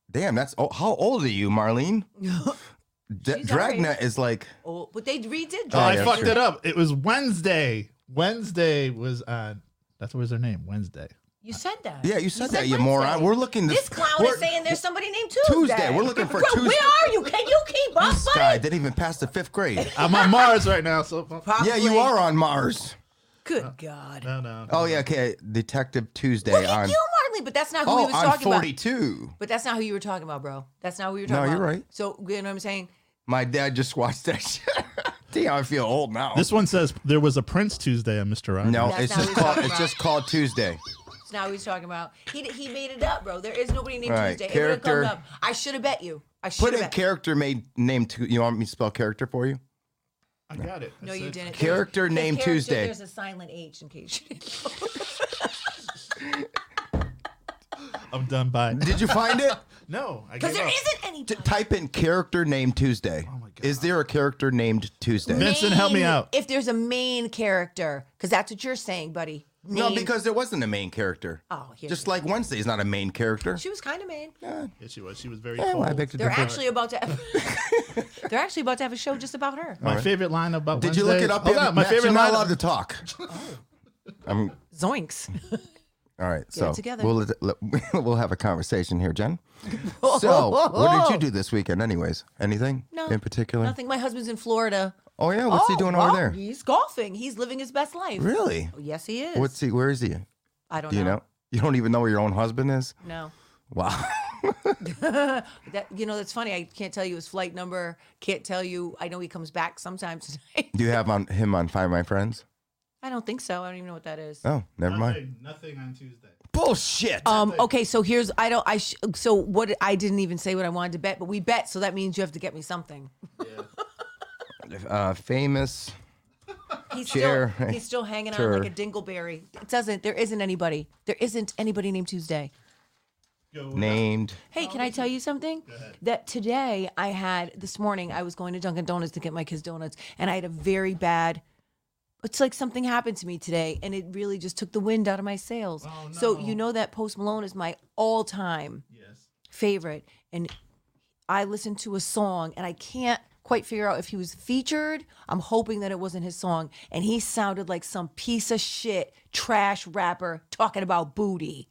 Damn, that's oh, how old are you, Marlene? D- She's already- Dragnet is like Oh, but they redid. Oh, I yeah, fucked true. it up. It was Wednesday. Wednesday was on. That's what was their name. Wednesday. You said that. Yeah, you said that, you Wednesday. moron. We're looking This this- clown we're- is saying there's somebody named Tuesday. Tuesday. We're looking for Bro, Tuesday. Where are you? Can you keep up, this guy buddy? didn't even pass the fifth grade. I'm on Mars right now. So no, yeah, you Probably. are on Mars. Good God. no. no. Oh yeah, okay. Detective Tuesday Look on at you, Marley, but that's not who he oh was on talking about. forty two. But that's not who you were talking about, bro. That's not who you were talking No, about. you're right. So you know what I'm saying? My dad just watched that shit. Damn, I feel old now. This one says there was a Prince Tuesday on Mr. Rogers. no, That's it's not just what we're called talking it's just called Tuesday. It's not who he's talking about. He he made it up, bro. There is nobody named All right, Tuesday. It would have come character. up. I should have bet you. I should Put have in bet. character made name Tu you want me to spell character for you? I got it. no, you didn't. Character There's- name character, Tuesday. There's a silent H in case you didn't. I'm done. Bye. Did you find it? No, I Because gave there up. isn't any. T- type in character name Tuesday. Oh my God. Is there a character named Tuesday? Man- Vincent, help me main- out. If there's a main character, because that's what you're saying, buddy. No, Name- because there wasn't a main character. Oh, here just we like Wednesday is not a main character. she was kind of main. Yeah, she was. She was very. Yeah, well, I cold. beg to They're differ. actually about to. they're actually about to have a show just about her. My favorite line about. Did you look Wednesday- it up? Hold yet? on, my Max, favorite You're not line. allowed to talk. I'm Zoinks. all right. so it together. we'll let- we'll have a conversation here, Jen. So what did you do this weekend, anyways? Anything No, in particular? Nothing. My husband's in Florida. Oh yeah, what's he Oh, doing well, over there? He's golfing. He's living his best life. Really? Yes, Uh-huh. he is. What's he? Where is he? I don't Do you know? You don't even know where your own husband is. No. Wow. That you know, that's funny. I can't tell you his flight number. Can't tell you. I know he comes back sometimes. Do you have on him on Find My Friends? I don't think so. I don't even know what that is. Oh, never mind. Nothing, nothing on Tuesday. Bullshit. Um. Okay. So here's. I don't. I. Sh- so what? I didn't even say what I wanted to bet, but we bet. So that means you have to get me something. uh, famous. He's Chair. still. He's still hanging Sure. on like a dingleberry. It doesn't. There isn't anybody. There isn't anybody named Tuesday. Go. Named. Hey, can I tell you something? That today I had this morning I was going to Dunkin' Donuts to get my kids donuts, and I had a very bad. It's like something happened to me today, and it really just took the wind out of my sails. So you know that Post Malone is my all-time Yes. favorite, and I listened to a song, and I can't quite figure out if he was featured. I'm hoping that it wasn't his song, and he sounded like some piece of shit trash rapper talking about booty.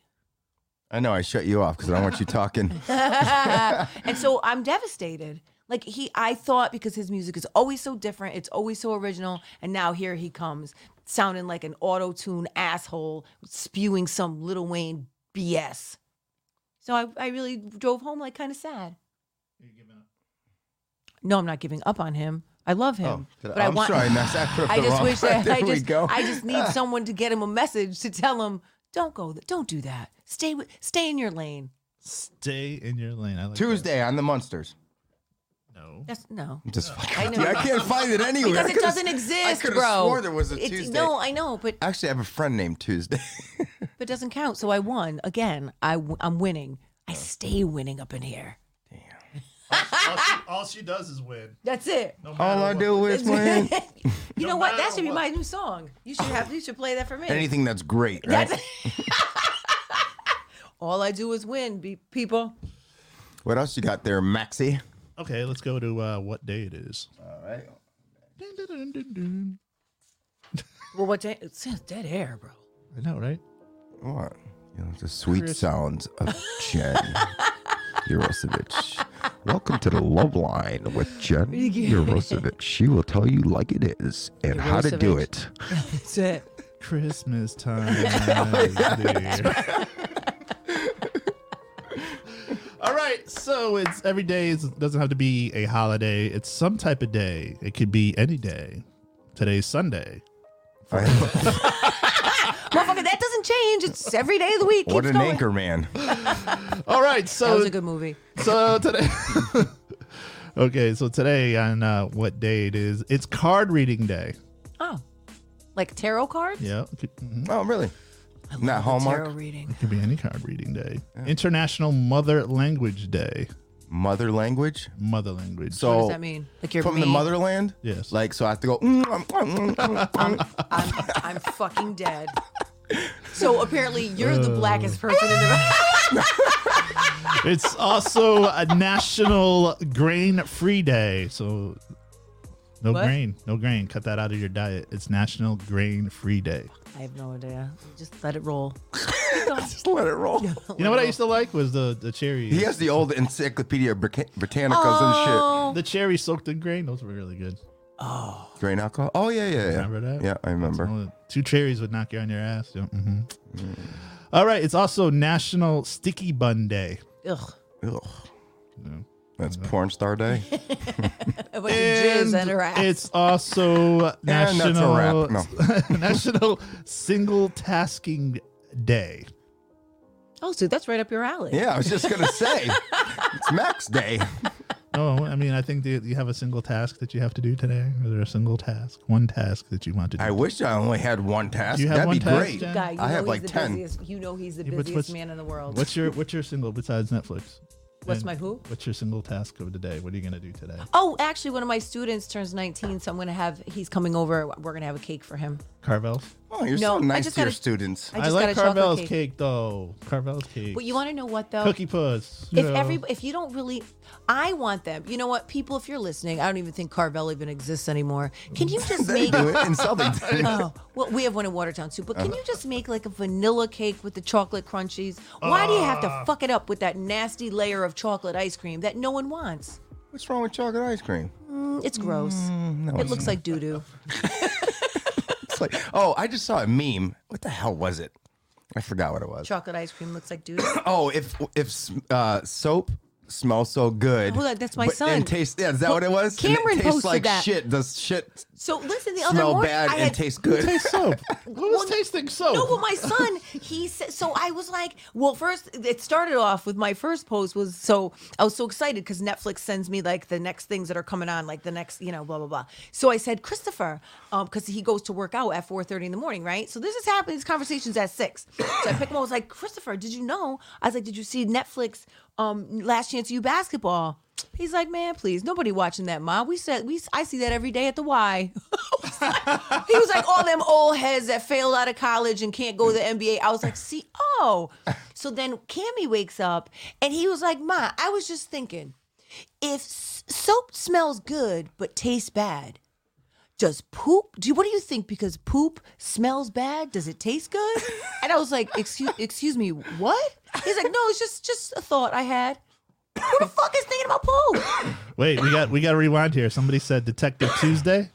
I know I shut you off because I don't want you talking. and so I'm devastated. Like he, I thought because his music is always so different, it's always so original, and now here he comes, sounding like an auto tune asshole, spewing some Little Wayne BS. So I, I really drove home like kind of sad. You're giving up. No, I'm not giving up on him. I love him, but I Oh, I'm want. sorry, Max. I, put up I the just wrong wish button. that I There we just go. I just need someone to get him a message to tell him don't go, th- don't do that. Stay with, stay in your lane. Stay in your lane. I like that. Tuesday on the Munsters. No. That's no. I'm just fucking I with know. you. I can't find it anywhere. I because it could've- doesn't I exist, could have bro. swore there was a It's- Tuesday. No, I know, but Actually, I have a friend named Tuesday. but it doesn't count. So I won again. I w- I'm winning. I stay winning up in here. all, she, all she does is win. That's it. No matter All I what. do is win. You No know what? That matter should be what. my new song. You should have. You should play that for me. Anything that's great, right? That's- All I do is win, be- people. What else you got there, Maxie? Okay, let's go to uh, what day it is. All right. Dun, dun, dun, dun, dun. Well, what day? It's dead air, bro. I know, right? What? You know, the sweet sounds of Jen Yurosevich. Welcome to the Love Line with Jen Yurosevich. She will tell you like it is and how to do it. That's it. Christmas time. is near. All right, so So it's every day is, doesn't have to be a holiday. It's some type of day. It could be any day. Today's Sunday. Motherfucker, that doesn't change. It's every day of the week. what Keeps an going. anchor man. All right. That So was a good movie. so today okay so today on uh, what day it is it's card reading day Oh, like tarot cards. yeah it could, mhm, Oh, really? Not Tarot Hallmark. reading. could be any card reading day international mother language day Mother language. mother language So What does that mean? Like you're from the mean. motherland. Yes. Like so, I have to go. "Mm, mm, mm, mm, mm." I'm, I'm fucking dead. So apparently you're the blackest Uh. person in the room. it's also a national grain free day so no What? grain no grain cut that out of your diet it's national grain free day I have no idea. Just let it roll. Just let it roll. Oh you know what i used to like was the the cherry He has the old Encyclopedia Brica- Britannicas Oh, the cherry soaked in grain those were really good and shit. Grain alcohol. Oh yeah, yeah, yeah. Remember that? Yeah, I remember. Mm. Only Two cherries would knock you on your ass. Yeah, mhm. All right. It's also National Sticky Bun Day. ugh. Ugh. That's porn star day. A bunch of jizz and her ass. it's also that's a National wrap. No. National Single Tasking Day. oh, so that's right up your alley. Yeah, I was just gonna say it's Max Day. No, Oh, I mean I think that you have a single task that you have to do today. Is there a single task? One task that you want to do. I wish I only had one task. You have That'd one be task, great. Jen? Guy, you I know have he's like the 10. busiest. You know he's the what's- busiest what's- man in the world. What's your What's your single besides Netflix? What's And my who? What's your single task of the day? What are you gonna do today? oh, actually, one of my students turns 19, so I'm gonna have. He's coming over. We're gonna have a cake for him. Carvel. Oh, you're so No, I nice just to your gotta- students. I I, just like got a chocolate Carvel's cake. cake. though. Carvel's cake. But you want to know what though? Cookie puss. If yeah. every if you don't really, I want them. You know what, people? If you're listening, I don't even think Carvel even exists anymore. Can you just They make? do it in Southern. Uh-huh. Oh, well, we have one in Watertown too. But can you just make like a vanilla cake with the chocolate crunchies? Why do you have Ah. to fuck it up with that nasty layer of chocolate ice cream that no one wants? What's wrong with chocolate ice cream? Mm, It's gross. no, it looks like doo doo. It's like, oh, I just saw a meme. What the hell was it? I forgot what it was. Chocolate ice cream looks like doo doo. Oh, if if uh, soap smells so good. Hold on, that's my but- son. And tastes. Yeah, is that what it was? And it Cameron tastes posted like that. shit. Does shit So listen, the other smell morning bad I and had taste good? taste soap. What was tasting soap? No, but my son, he said, so I was like, well, first, it started off with my first post was so, I was so excited because Netflix sends me like the next things that are coming on, like the next, you know, blah, blah, blah. So I said, Christopher, because he goes to work out at 4.30 in the morning, right? So this is happening, this conversation's at 6. So I pick him up, I was like, Christopher, did you know? I was like, did you see Netflix um, Last Chance You Basketball? He's like, man, please, nobody watching that, ma. We said we. I see that every day at the Y. He was like, all them old heads that failed out of college and can't go to the NBA. I was like, see, oh. So then Cammy wakes up and he was like, Ma, I was just thinking, if s- soap smells good but tastes bad, does poop do you, what do you think because poop smells bad does it taste good and i was like excuse excuse me what he's like no it's just just a thought i had who the fuck is thinking about poop Wait, we got we got to rewind here. Somebody said Detective Tuesday,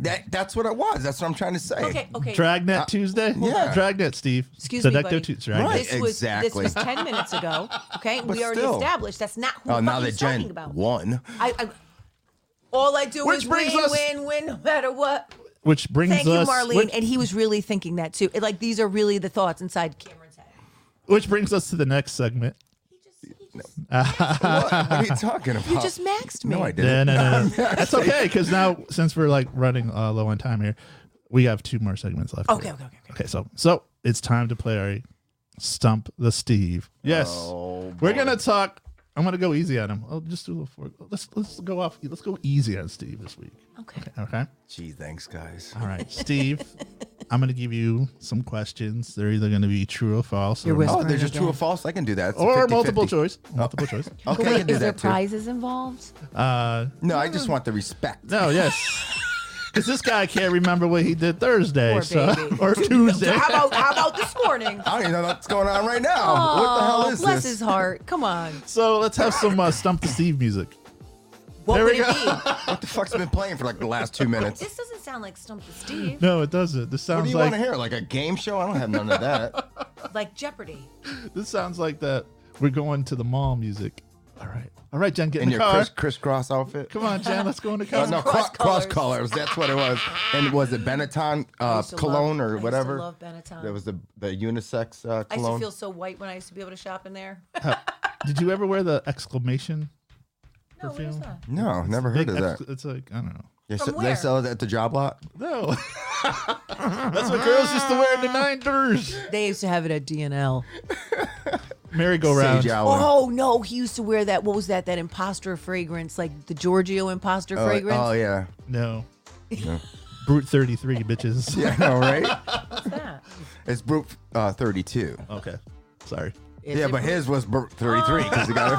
That that's what it was. That's what I'm trying to say. okay okay Dragnet Tuesday, Uh, yeah. Dragnet Steve. Excuse me, Detective buddy. Tuesday. Dragnet. Right. This was this was exactly. ten minutes ago. Okay, we already still. established that's not who Oh, the now fuck that he's Jen talking about. won. I, I, all I do Which is brings win, us- win, win, no matter what. Which brings Thank us you, Marlene. Which, and he was really thinking that too. It, like these are really the thoughts inside Cameron's head. which brings us to the next segment. He just, he just, What, what are you talking about? you just maxed me. no, I No, didn't. no, no, no. That's okay because now since we're like running uh, low on time here, we have two more segments left. Okay, okay, okay, okay. Okay, so so it's time to play our stump the Steve. Yes, Oh, we're gonna talk. I'm gonna go easy on him. I'll just do a little. Four, let's let's go off. Let's go easy on Steve this week. Okay. Okay. Gee, thanks, guys. All right, Steve. I'm gonna give you some questions. They're either gonna be true or false, or, You're Oh, they're Fine, just true or okay. false. I can do that. Oh, It's a or 50-50. multiple choice. Multiple choice. Okay, I can do is Mm. there that too. prizes involved? Uh, No, I just want the respect. no, yes, because this guy can't remember what he did Thursday Poor so, baby. or Tuesday. How about how about this morning? I don't even know what's going on right now. what the hell Oh, is bless this? his heart. Come on. So let's have some uh, stump the Steve music. What There would we it be? What the fuck's been playing for like the last two minutes? This doesn't sound like Stump the Steve, No, it doesn't. This what do sounds you like want to hear? Like a game show? I don't have none of that. like Jeopardy. this sounds like that. We're going to the mall music. All right. All right, Jen, get in, in the your car. criss, crisscross outfit. Come on, Jen, let's go in the Uh, car. no, Cross cross, cross colors. colors. That's what it was. And was it Benetton uh, used to cologne love- I or used to whatever? love Benetton. There was the the unisex uh, I used to cologne. feel so white when I used to be able to shop in there. Did you ever wear the exclamation no, what is perfume? that? no, never heard of that. Ex- It's like, I don't know. They, From se- they where? sell it at the job lot. No. That's what girls used to wear in the 90s. They used to have it at DNL. Merry-go-round. Sage Allen. Oh no, he used to wear that. What was that? That imposter fragrance, like the Giorgio imposter Oh, fragrance. oh, yeah, No. Brute 33, bitches. yeah, I know, right? What's that? it's Brute uh, thirty two. Okay. Sorry. Is yeah, it but blue? his was Brute thirty three because he got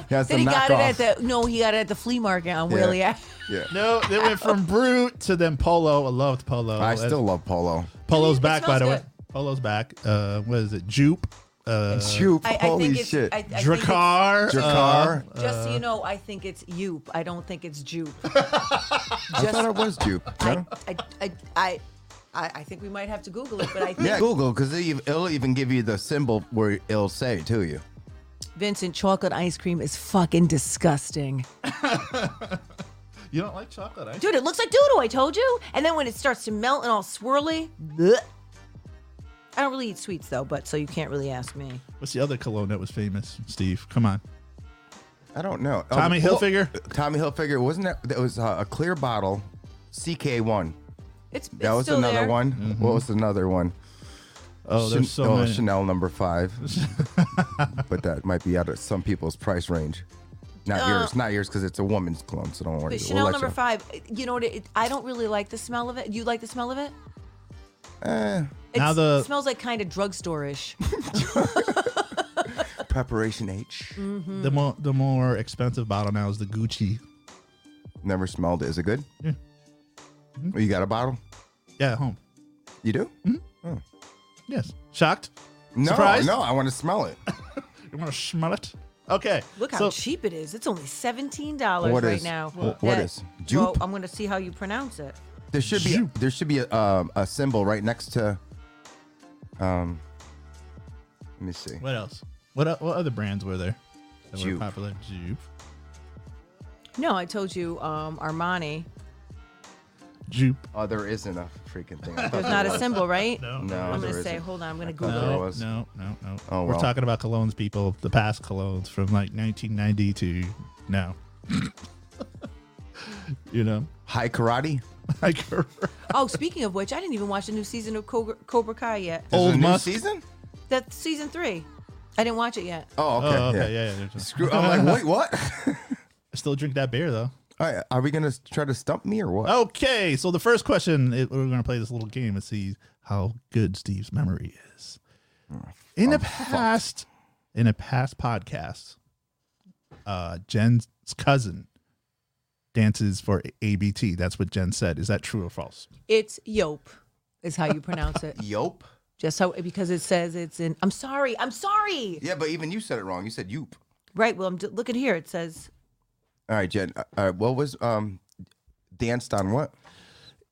it. he has some Then he got knockoff. it at the no, he got it at the flea market on Yeah. Whaley. Ave- yeah. No, they went from Brute to then Polo. I loved Polo. I still love polo. Polo's It back, by the smells way. Polo's back. Uh, what is it? Jupe. Uh, Shoop, I, I holy think it's shit. I, I think it's- Dracar. uh, Dracar. just so you know, I think it's Yoop. I don't think it's Jupe. I thought it was Jupe. I, no? I, I, I, I, I think we might have to Google it, but I think Yeah, Google because it'll even give you the symbol where it'll say to you. Vincent chocolate ice cream is fucking disgusting. you don't like chocolate ice? Dude, it looks like doodoo, I told you. And then when it starts to melt and all swirly, bleh. I don't really eat sweets though, but so you can't really ask me. What's the other cologne that was famous? Steve, come on. I don't know. Um, Tommy well, Hilfiger. Tommy Hilfiger wasn't that? That was uh, a clear bottle, CK one. It's, it's That was still another there. one. What was another one? Mm-hmm. Oh, Chan- there's so oh, many. Chanel number five. but that might be out of some people's price range. Not yours, not yours, because it's a woman's cologne. So don't worry. But We'll Uh, Chanel let number you- five, you know what? It, I don't really like the smell of it. You like the smell of it? Eh, It's, Now the- it smells like kind of drugstore-ish. preparation H. Mm. Mm-hmm. The more the more expensive bottle now is the Gucci. Never smelled it. Is it good? Yeah. Oh, You got a bottle? Yeah, at home. You do? Mm-hmm. Yes. Shocked? No, Surprised? no. I want to smell it. You want to smell it? Okay. Look how so, cheap it is. It's only seventeen dollars What right is- now. wh- what Yeah. is? Well, Jupe? I'm gonna see how you pronounce it. There should be Zoop. there should be a, um, a symbol right next to. Um, let me see. What else? What o- what other brands were there that were Jupe. popular? Jupe. No, I told you, um, Armani. Jupe. Oh, there isn't a freaking thing. I thought There's there not a was. symbol, right? No. No, there I'm gonna say, isn't. hold on, I'm gonna thought Google there it. No, was. no, no, no. Oh, We're well. talking about colognes, people. The past colognes from like 1990 to now. you know, High karate. like Oh, speaking of which, I didn't even watch the new season of Cobra, Cobra Kai yet. Is it Old a new Musk. season. That's season three. I didn't watch it yet. Oh, okay. Oh, okay, yeah. yeah, yeah, there's a- Screw. I'm like, wait, what? still drink that beer though. All right, are we gonna try to stump me or what? Okay, so the first question it, we're gonna play this little game and see how good Steve's memory is. In the past, in a past podcast, uh, Jen's cousin dances for ABT. That's what Jen said. Is that true or false? It's Yope, is how you pronounce it. Yope. Just how because it says it's in. I'm sorry. I'm sorry. Yeah, but even you said it wrong. You said yoop. Right. Well, I'm d- looking here. It says All right, Jen. Uh, All right, what was um danced on what?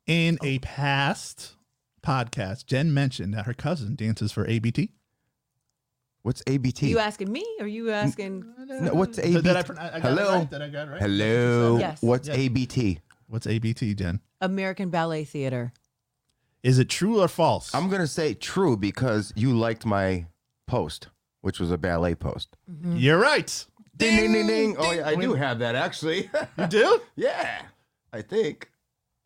In Oh. a past podcast, Jen mentioned that her cousin dances for ABT. What's Are ABT? you asking me? Are you asking? No, what's ABT? Did I pro- I- I got it Hello. right? Did I got it right? Hello. Yes. What's Yeah. ABT? What's ABT, Jen? American Ballet Theater. Is it true or false? I'm gonna say true because you liked my post, which was a ballet post. Mm. You're right. Ding ding ding ding. Oh yeah, I do have that actually. You do? yeah, I think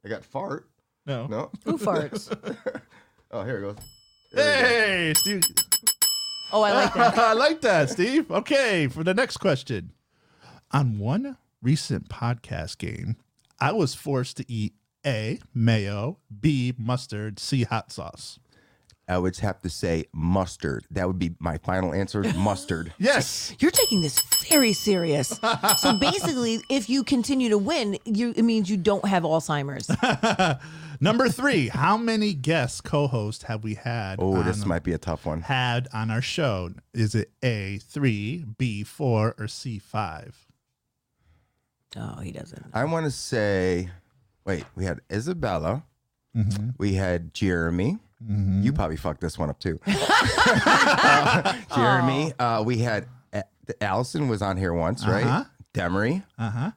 I got fart. No. Who farts? Oh, here it goes. Hey, Steve. Oh, I like that. I like that, Steve. Okay, for the next question. On one recent podcast game, I was forced to eat A, mayo, B, mustard, C, hot sauce. I would have to say mustard. That would be my final answer. Mustard. Yes. You're taking this very serious. So basically, if you continue to win, you it means you don't have Alzheimer's. Number three, how many guest co hosts have we had? Oh, on, this might be a tough one. had on our show? Is it A, three, B, four, or C, five? Oh, he doesn't. I want to say, wait, we had Isabella. Mm-hmm. We had Jeremy. You probably fucked this one up too. Jeremy. Uh, we had uh, the Allison was on here once, Uh-huh. right? Demery. Uh huh.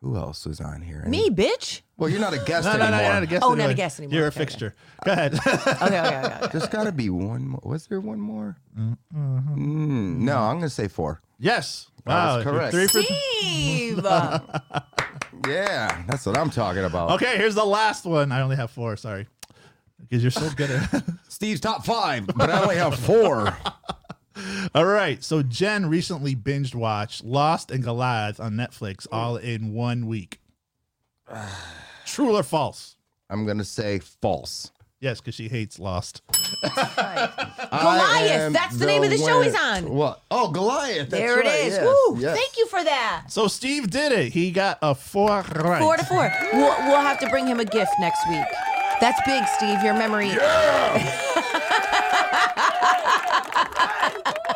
Who else was on here? Me, bitch. Well, you're not a guest No, no, no, anymore. you're not a guest Oh, anymore. not a guest anymore. You're a Okay, okay. fixture. Go ahead. Okay, okay, okay. okay. There's got to be one more. Was there one more? Mm-hmm. Mm, no, I'm going to say four. yes. That was Wow. you're correct. Three for Steve. Yeah, that's what I'm talking about. Okay, here's the last one. I only have four. Sorry, because you're so good at. Steve's top five, but I only have four. all right, so Jen recently binge watched Lost and Goliath on Netflix all in one week. True or false? I'm going to say false. Yes, because she hates Lost. I Goliath, am that's the name of the show he's winner. on. What? Oh, Goliath. That's there it right, is. yes, Woo. yes. Thank you for that. So Steve did it. He got a four right. Four to four. We'll, we'll have to bring him a gift next week. That's big, Steve. Your memory.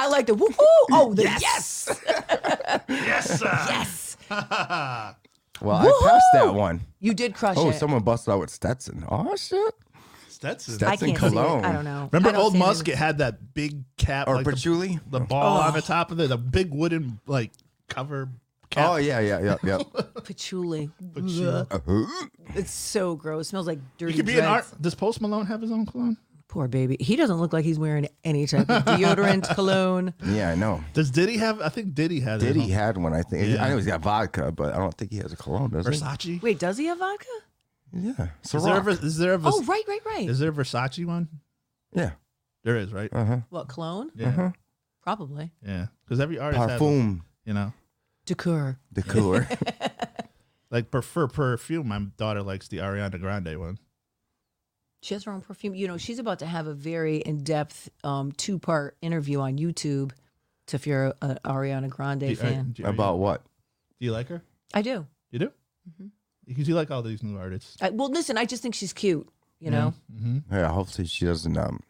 I like the woohoo. Oh, the yes. Yes. Yes, sir. Well, I passed that Woohoo! one. You did crush Oh, it. someone busted out with Stetson. Oh, shit. Stetson. I Stetson can't Cologne. see it. I don't know. I Remember, don't Old see it. Musk it had that big cap Or like the- Patchouli. the, ball on the top of it, the big wooden like cover cap. Oh, yeah, yeah, yeah, yeah. Patchouli. Oh, Patchouli. Uh-huh. It's so gross. smells like dirty. He could be an art. dreads. Does Post Malone have his own cologne? Poor baby. He doesn't look like he's wearing any type of deodorant, cologne. yeah, I know. Does Diddy have? I think Diddy had. his Diddy own- had one, I think. Yeah. I know he's got vodka, but I don't think he has a cologne, does he? Versace? Wait, does he have vodka? Yeah. Is there, a, Ciroc. Vers- is there a Vers- Oh, right, right, right. is there a Versace one? Yeah. There is, right? Uh-huh. What cologne? Yeah, Probably. yeah. Because every artist has, them, Parfum. you know, Decor. The cooler. like prefer perfume. My daughter likes the Ariana Grande one. She has her own perfume. You know, she's about to have a very in-depth um, two-part interview on YouTube. So if you're an Ariana Grande Do you- are- fan, do you- About what? Do you like her? I do. You do? Mm-hmm. Because you like all these new artists. I, well, listen, I just think she's cute. You know, Mm-hmm. Yeah, hopefully she doesn't. Um,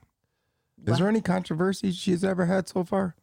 is What? there any controversy she's ever had so far?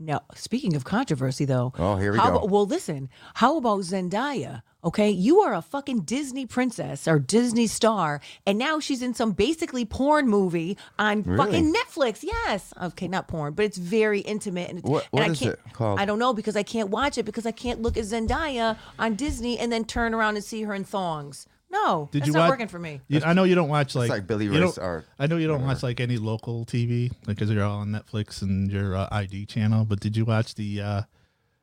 Now, speaking of controversy, though. Oh, here we how go. about- well, listen. How about Zendaya? Okay, you are a fucking Disney princess or Disney star, and now she's in some basically porn movie on fucking Netflix. Yes, okay, not porn, but it's very intimate and it's, What- and what I is can't, it called? I don't know because I can't watch it because I can't look at Zendaya on Disney and then turn around and see her in thongs. No, Did that's you not watch- working for me. You, I know you don't watch like, like Billy you Ray's don't- art. I know you don't watch like any local TV because you're all on Netflix and your uh, ID channel. But did you watch the? uh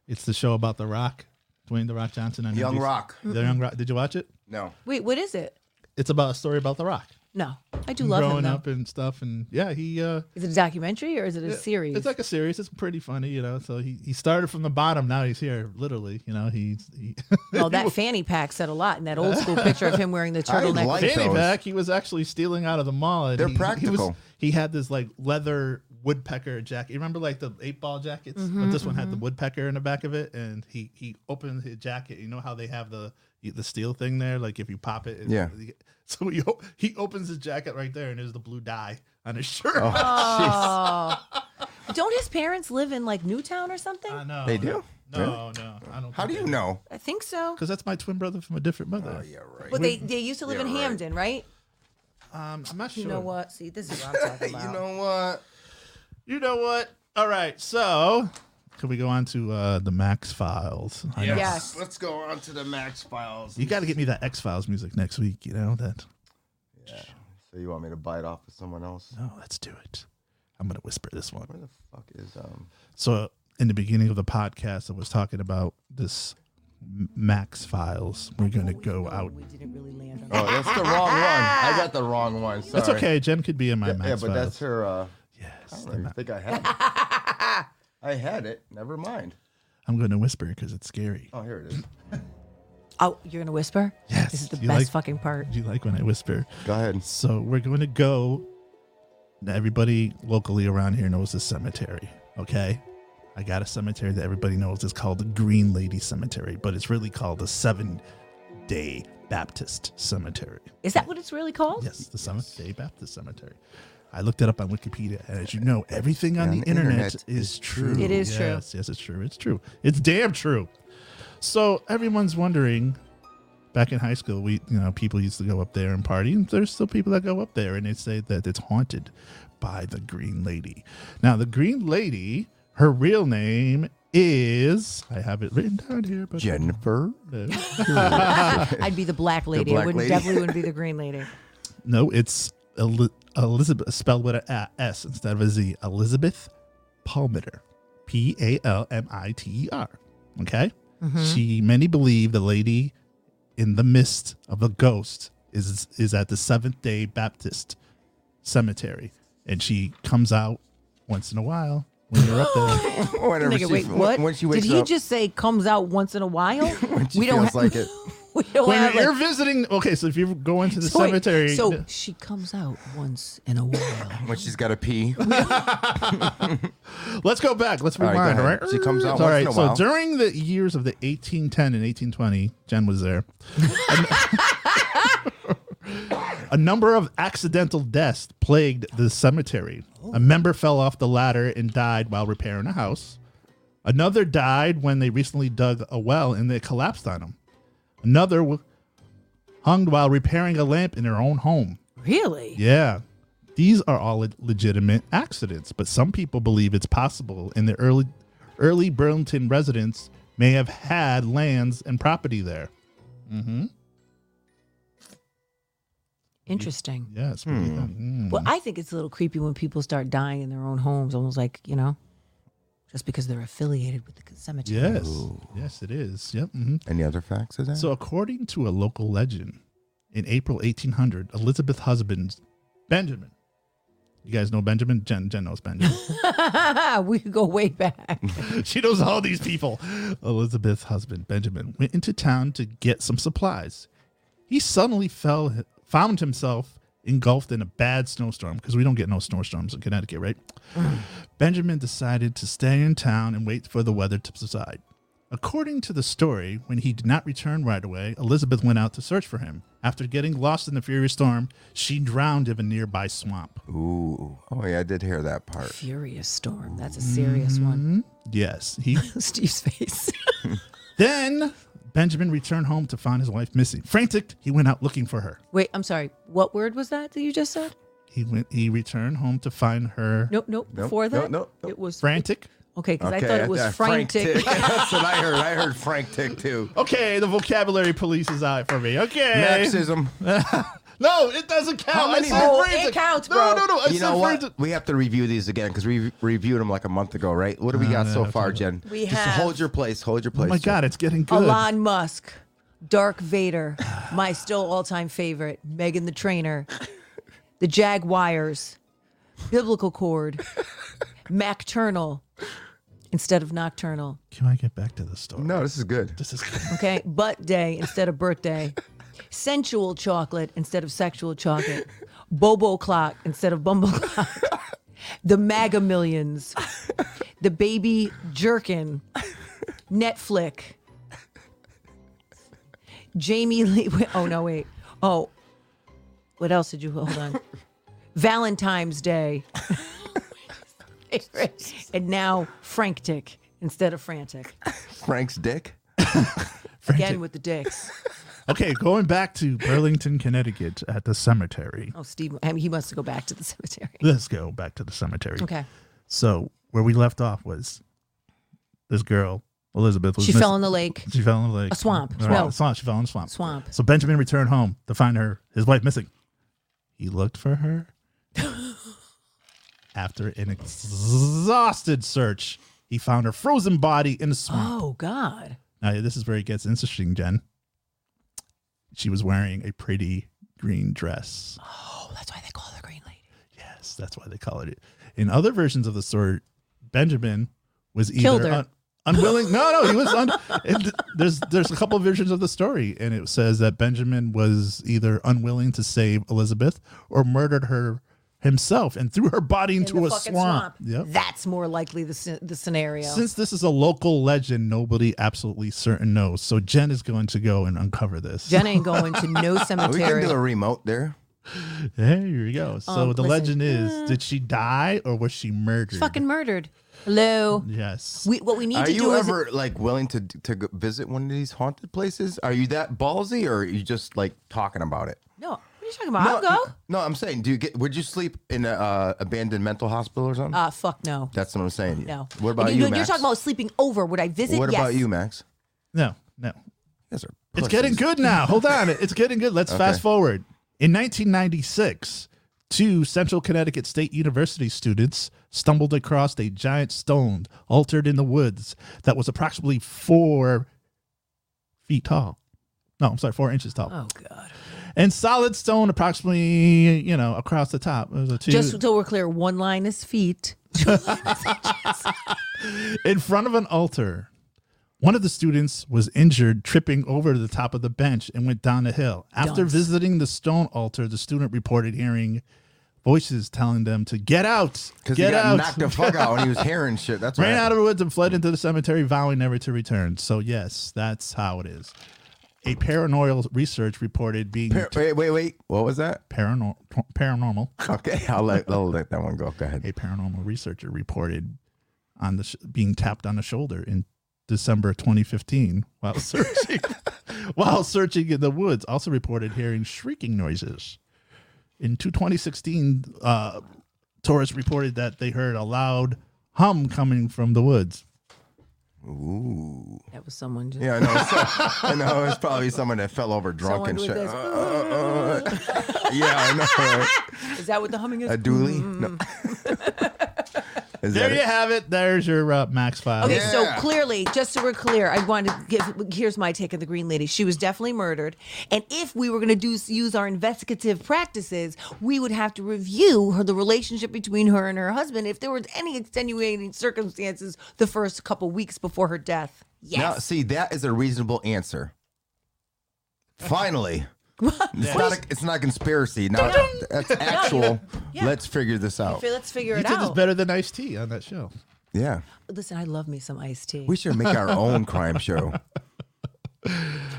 It's the show about the Rock, Dwayne the Rock Johnson and Young Rock. The Young Rock. Did you watch it? No. Wait, what is it? It's about a story about the Rock No, I do love growing him though. up and stuff. And yeah, he. uh Is it a documentary or is it a series? It's like a series. It's pretty funny, you know. So he, he started from the bottom. Now he's here, literally. You know, he's he, Well, that fanny pack said a lot in that old school picture of him wearing the turtleneck. like- fanny those. pack. He was actually stealing out of the mall. and They're he, he was- practical. He, had this like leather woodpecker jacket. You remember like the eight ball jackets? Mm-hmm, but this one had the woodpecker in the back of it, and he he opened his jacket. You know how they have the the steel thing there? Like if you pop it, it- Yeah. So he op- he opens his jacket right there, and there's the blue dye on his shirt. Oh. Don't his parents live in like Newtown or something? I know. They do? No, no, I don't. How do think you they know? I think so. Because that's my twin brother from a different mother. Oh, right. Well, they, they used to live in right. Hamden, right? Um, I'm not sure. You know what? See, this is what I'm talking about. You know what? You know what? All right. So, can we go on to uh, the Max Files? I know- Yes. Let's go on to the Max Files. You got to get me that X Files music next week. You know that. So you want me to bite off of someone else? No, let's do it. I'm gonna whisper this one. Where the fuck is um? So, in the beginning of the podcast, I was talking about this M- Max Files. We're gonna go out. We didn't really land on that. Oh, that's the wrong one. I got the wrong one. Sorry. That's okay. Jen could be in my Max Yeah, but that's Files. her. Uh, I yes. don't even think I had. it. I had it. Never mind. I'm gonna whisper because it's scary. Oh, here it is. Oh, you're going to whisper? Yes. This is the You best like- fucking part. Do you like when I whisper? Go ahead. So we're going to go. now, Everybody locally around here knows this cemetery. Okay, I got a cemetery that everybody knows. It's called the Green Lady Cemetery, but it's really called the Seven Day Baptist Cemetery. Is that what it's really called? Yes, the Seventh Day Baptist Cemetery. I looked it up on Wikipedia, and as you know, everything on, On the, the internet, internet is is true. true. It is true. Yes, yes, it's true. It's true. It's damn true. So everyone's wondering. Back in high school, we you know people used to go up there and party, and there's still people that go up there and they say that it's haunted. by the Green Lady. Now, the Green Lady, her real name is I have it written down here, but Jennifer. I'd be the black lady. black I wouldn't lady. definitely wouldn't be the green lady. no, it's El- Elizabeth spelled with an S instead of a Z. Elizabeth Palmiter, P A L M I T E R. Okay, she many believe the lady in the midst of a ghost is is at the Seventh Day Baptist cemetery, and she comes out once in a while when you're up there. Whenever Nigga, she- wait, when- what? When she Did wakes he up, just say comes out once in a while? she feels ha- like it. we don't when have you're like- visiting okay so if you go into the So wait, cemetery so she comes out once in a while. when she's got to pee, let's go back let's right, go rewind all right, ahead. She comes out It's all once in right, a so while. during the years of the 1810 and 1820 jen was there a number of accidental deaths plagued the cemetery a member fell off the ladder and died while repairing a house another died when they recently dug a well and it collapsed on him another w- hung while repairing a lamp in their own home Really? Yeah. These are all le- legitimate accidents, but some people believe it's possible and the early early Burlington residents may have had lands and property there. Interesting. Yes. believe that. Mm. Mm-hmm. Well, I think it's a little creepy when people start dying in their own homes, almost like you know, just because they're affiliated with the cemetery. Yes. Yes, it is. Yep. mhm. any other facts of that? So, according to a local legend, in April 1800, Elizabeth's husband, Benjamin. You guys know Benjamin? Jen, Jen knows Benjamin. Ah, we could go way back. she knows all these people. Elizabeth's husband, Benjamin, went into town to get some supplies. He suddenly fell, found himself engulfed in a bad snowstorm because we don't get no snowstorms in Connecticut, right? Benjamin decided to stay in town and wait for the weather to subside. According to the story, when he did not return right away, Elizabeth went out to search for him. After getting lost in the furious storm, she drowned in a nearby swamp. Ooh, oh yeah, I did hear that part. Furious storm. That's a serious one. Yes, he Mm-hmm. Steve's face. Then Benjamin returned home to find his wife missing. Frantic, he went out looking for her. Wait, I'm sorry. What word was that that you just said? He went. He returned home to find her. Nope, nope. Nope, Before nope, that, nope, nope. it was Frantic. Okay, because I thought it was uh, frantic. That's what I heard. I heard Frank Tick too. Okay, the vocabulary police is out for me. Okay. Marxism. No, it doesn't count. How many I said more- frantic. It counts, No, no, bro. no. I You said know what? frantic. We have to review these again because we re- reviewed them like a month ago, right? What do we got so far, Jen? We Just have- hold your place. Hold your Oh place. my Jen. God, it's getting good. Elon Musk, Dark Vader, my still all-time favorite, Megan the Trainer, the Jaguars, Biblical Cord, Macturnal instead of Nocturnal. Can I get back to the story? No, this is good. This is good. Okay, butt day instead of birthday, sensual chocolate instead of sexual chocolate, Bobo clock instead of Bumble clock, the MAGA millions, the baby jerkin, Netflix, Jamie Lee. wait, oh no, wait. Oh, what else did you hold on? Valentine's Day, and now Franktic instead of frantic. Frank's dick. Frantic. Again with the dicks. Okay, going back to Burlington, Connecticut, at the cemetery. Oh, Steve, I mean, he wants to go back to the cemetery. Let's go back to the cemetery. Okay. So where we left off was this girl Elizabeth. Was She missing- fell in the lake. She fell in the lake. A swamp. All No. a swamp. She fell in a swamp. Swamp. So Benjamin returned home to find her, his wife missing. He looked for her. After an exhausted search, he found her frozen body in a swamp. Oh, God. Now, this is where it gets interesting, Jen. She was wearing a pretty green dress. Oh, that's why they call her the Green Lady. Yes, that's why they call it. it. In other versions of the story, Benjamin was either Killed her. un- unwilling. no, no, he was. Un- and th- there's there's a couple of versions of the story, and it says that Benjamin was either unwilling to save Elizabeth or murdered her himself and threw her body into a swamp. Yep. That's more likely the, sce- the scenario. Since this is a local legend, nobody absolutely certain knows. So Jen is going to go and uncover this. Jen ain't going to no We can cemetery. do a remote there. There you go. So Um, the listen. legend is: Did she die or was she murdered? Fucking murdered. Hello. yes. We, what we need Are to do you is. ever like willing to to go visit one of these haunted places? Are you that ballsy, or are you just like talking about it? no, are you talking about? I'll go. No, I'm saying, do you get? Would you sleep in a uh, abandoned mental hospital or something? Uh, fuck no. That's what I'm saying. No. What about And you, you're Max? talking about sleeping over. Would I visit? what yes. about you, Max? No, no. You guys are It's getting pussies. good now. Hold on. It's getting good. Let's fast forward. In 1996, two Central Connecticut State University students stumbled across a giant stone altered in the woods that was approximately four feet tall. No, I'm sorry, four inches tall. Oh god. And solid stone approximately, you know, across the top. It was a two Just so we're clear, one line is feet. in front of an altar. One of the students was injured tripping over the top of the bench and went down a hill. After Dunce. visiting the stone altar, the student reported hearing voices telling them to get out, Because he get got out. knocked the fuck out when he was hearing shit. That's Ran right. out of the woods and fled into the cemetery, vowing never to return. So yes, that's how it is. A paranormal research reported being Par- wait, wait, wait. What was that? paranor- paranormal. Okay, I'll let I'll let that one go. Go ahead. a paranormal researcher reported on the sh- being tapped on the shoulder in December 2015 while searching while searching in the woods. Also reported hearing shrieking noises. In two- 2016, uh, tourists reported that they heard a loud hum coming from the woods. Ooh. That was someone. Just, Yeah, I know. So, I know. It's probably someone that fell over drunk Someone and with shit. this- Uh, uh, uh. Yeah, I know. right? Is that what the humming is? A dually? No. Mm. Is There that you it? have it. There's your uh, Max file. Okay, Yeah. so clearly, just so we're clear, I wanted to give. Here's my take on the Green Lady. She was definitely murdered, and if we were going to do use our investigative practices, we would have to review her the relationship between her and her husband if there were any extenuating circumstances the first couple weeks before her death. Now, Yes, see, that is a reasonable answer. Finally. It's not, a, it's not a conspiracy. Now, that's actual. yeah. Let's figure this out. Okay, let's figure You it did this out. better than Ice T on that show. Yeah. Listen, I love me some iced tea, We should make our own crime show.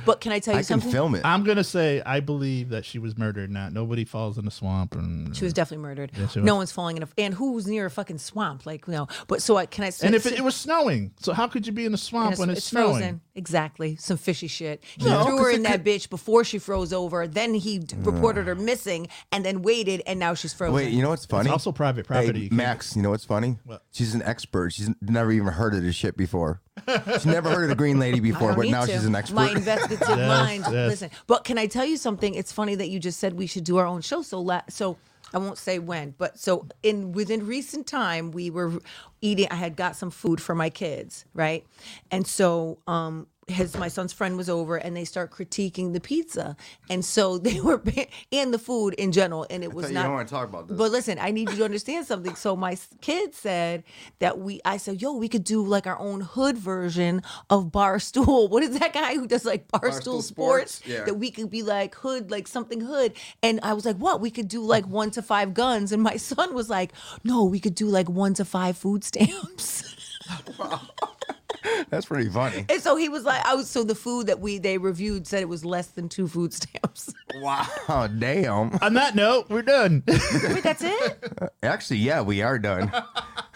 but can I tell you I can something? film it. I'm gonna say I believe that she was murdered. Not nobody falls in the swamp. And She was definitely murdered. she No one's falling in a and who's near a fucking swamp? Like no. But so I can I And if it, it was snowing, so how could you be in the swamp Yes, when it's, snowing? frozen. Exactly. Some fishy shit. He No, threw 'cause her it in that bitch before she froze over. Then he d- reported her missing and then waited and now she's frozen. Ah. Wait, you know what's funny? It's also private Hey, property. Max, you know what's funny? She's an expert. She's never even heard of this shit before. She's never heard of the Green Lady I before, don't but need now to. she's an expert. My investigative mind. yes. Listen, but can I tell you something? It's funny that you just said we should do our own show. So la- so I won't say when, but so in within recent time we were eating. I had got some food for my kids, right? And so um, his my son's friend was over, and they start critiquing the pizza, and so they were and the food in general, and it was you not. don't want to talk about this. But listen, I need you to understand something. So my s- kid said that we, I said, yo, we could do like our own hood version of Barstool. What is that guy who does like Barstool, Barstool Sports? Sports, yeah. That we could be like hood, like something hood. And I was like, what? We could do like one to five guns. And my son was like, no, we could do like one to five food stamps. That's pretty funny. and so he was like, I was, so the food that we, they reviewed said it was less than two food stamps. Wow, damn. On that note, we're done. Wait, that's it? Actually, yeah, we are done.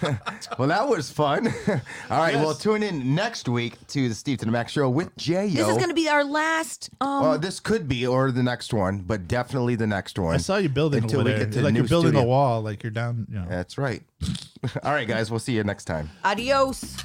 well, that was fun. All right, well, tune in next week to the Steve to the Max show with J. This is going to be our last, um, Uh, this could be or the next one, but definitely the next one. I saw you building Until over we there. get to like the you're new building studio. a wall. Like you're down. You know. That's right. All right, guys, we'll see you next time. adios.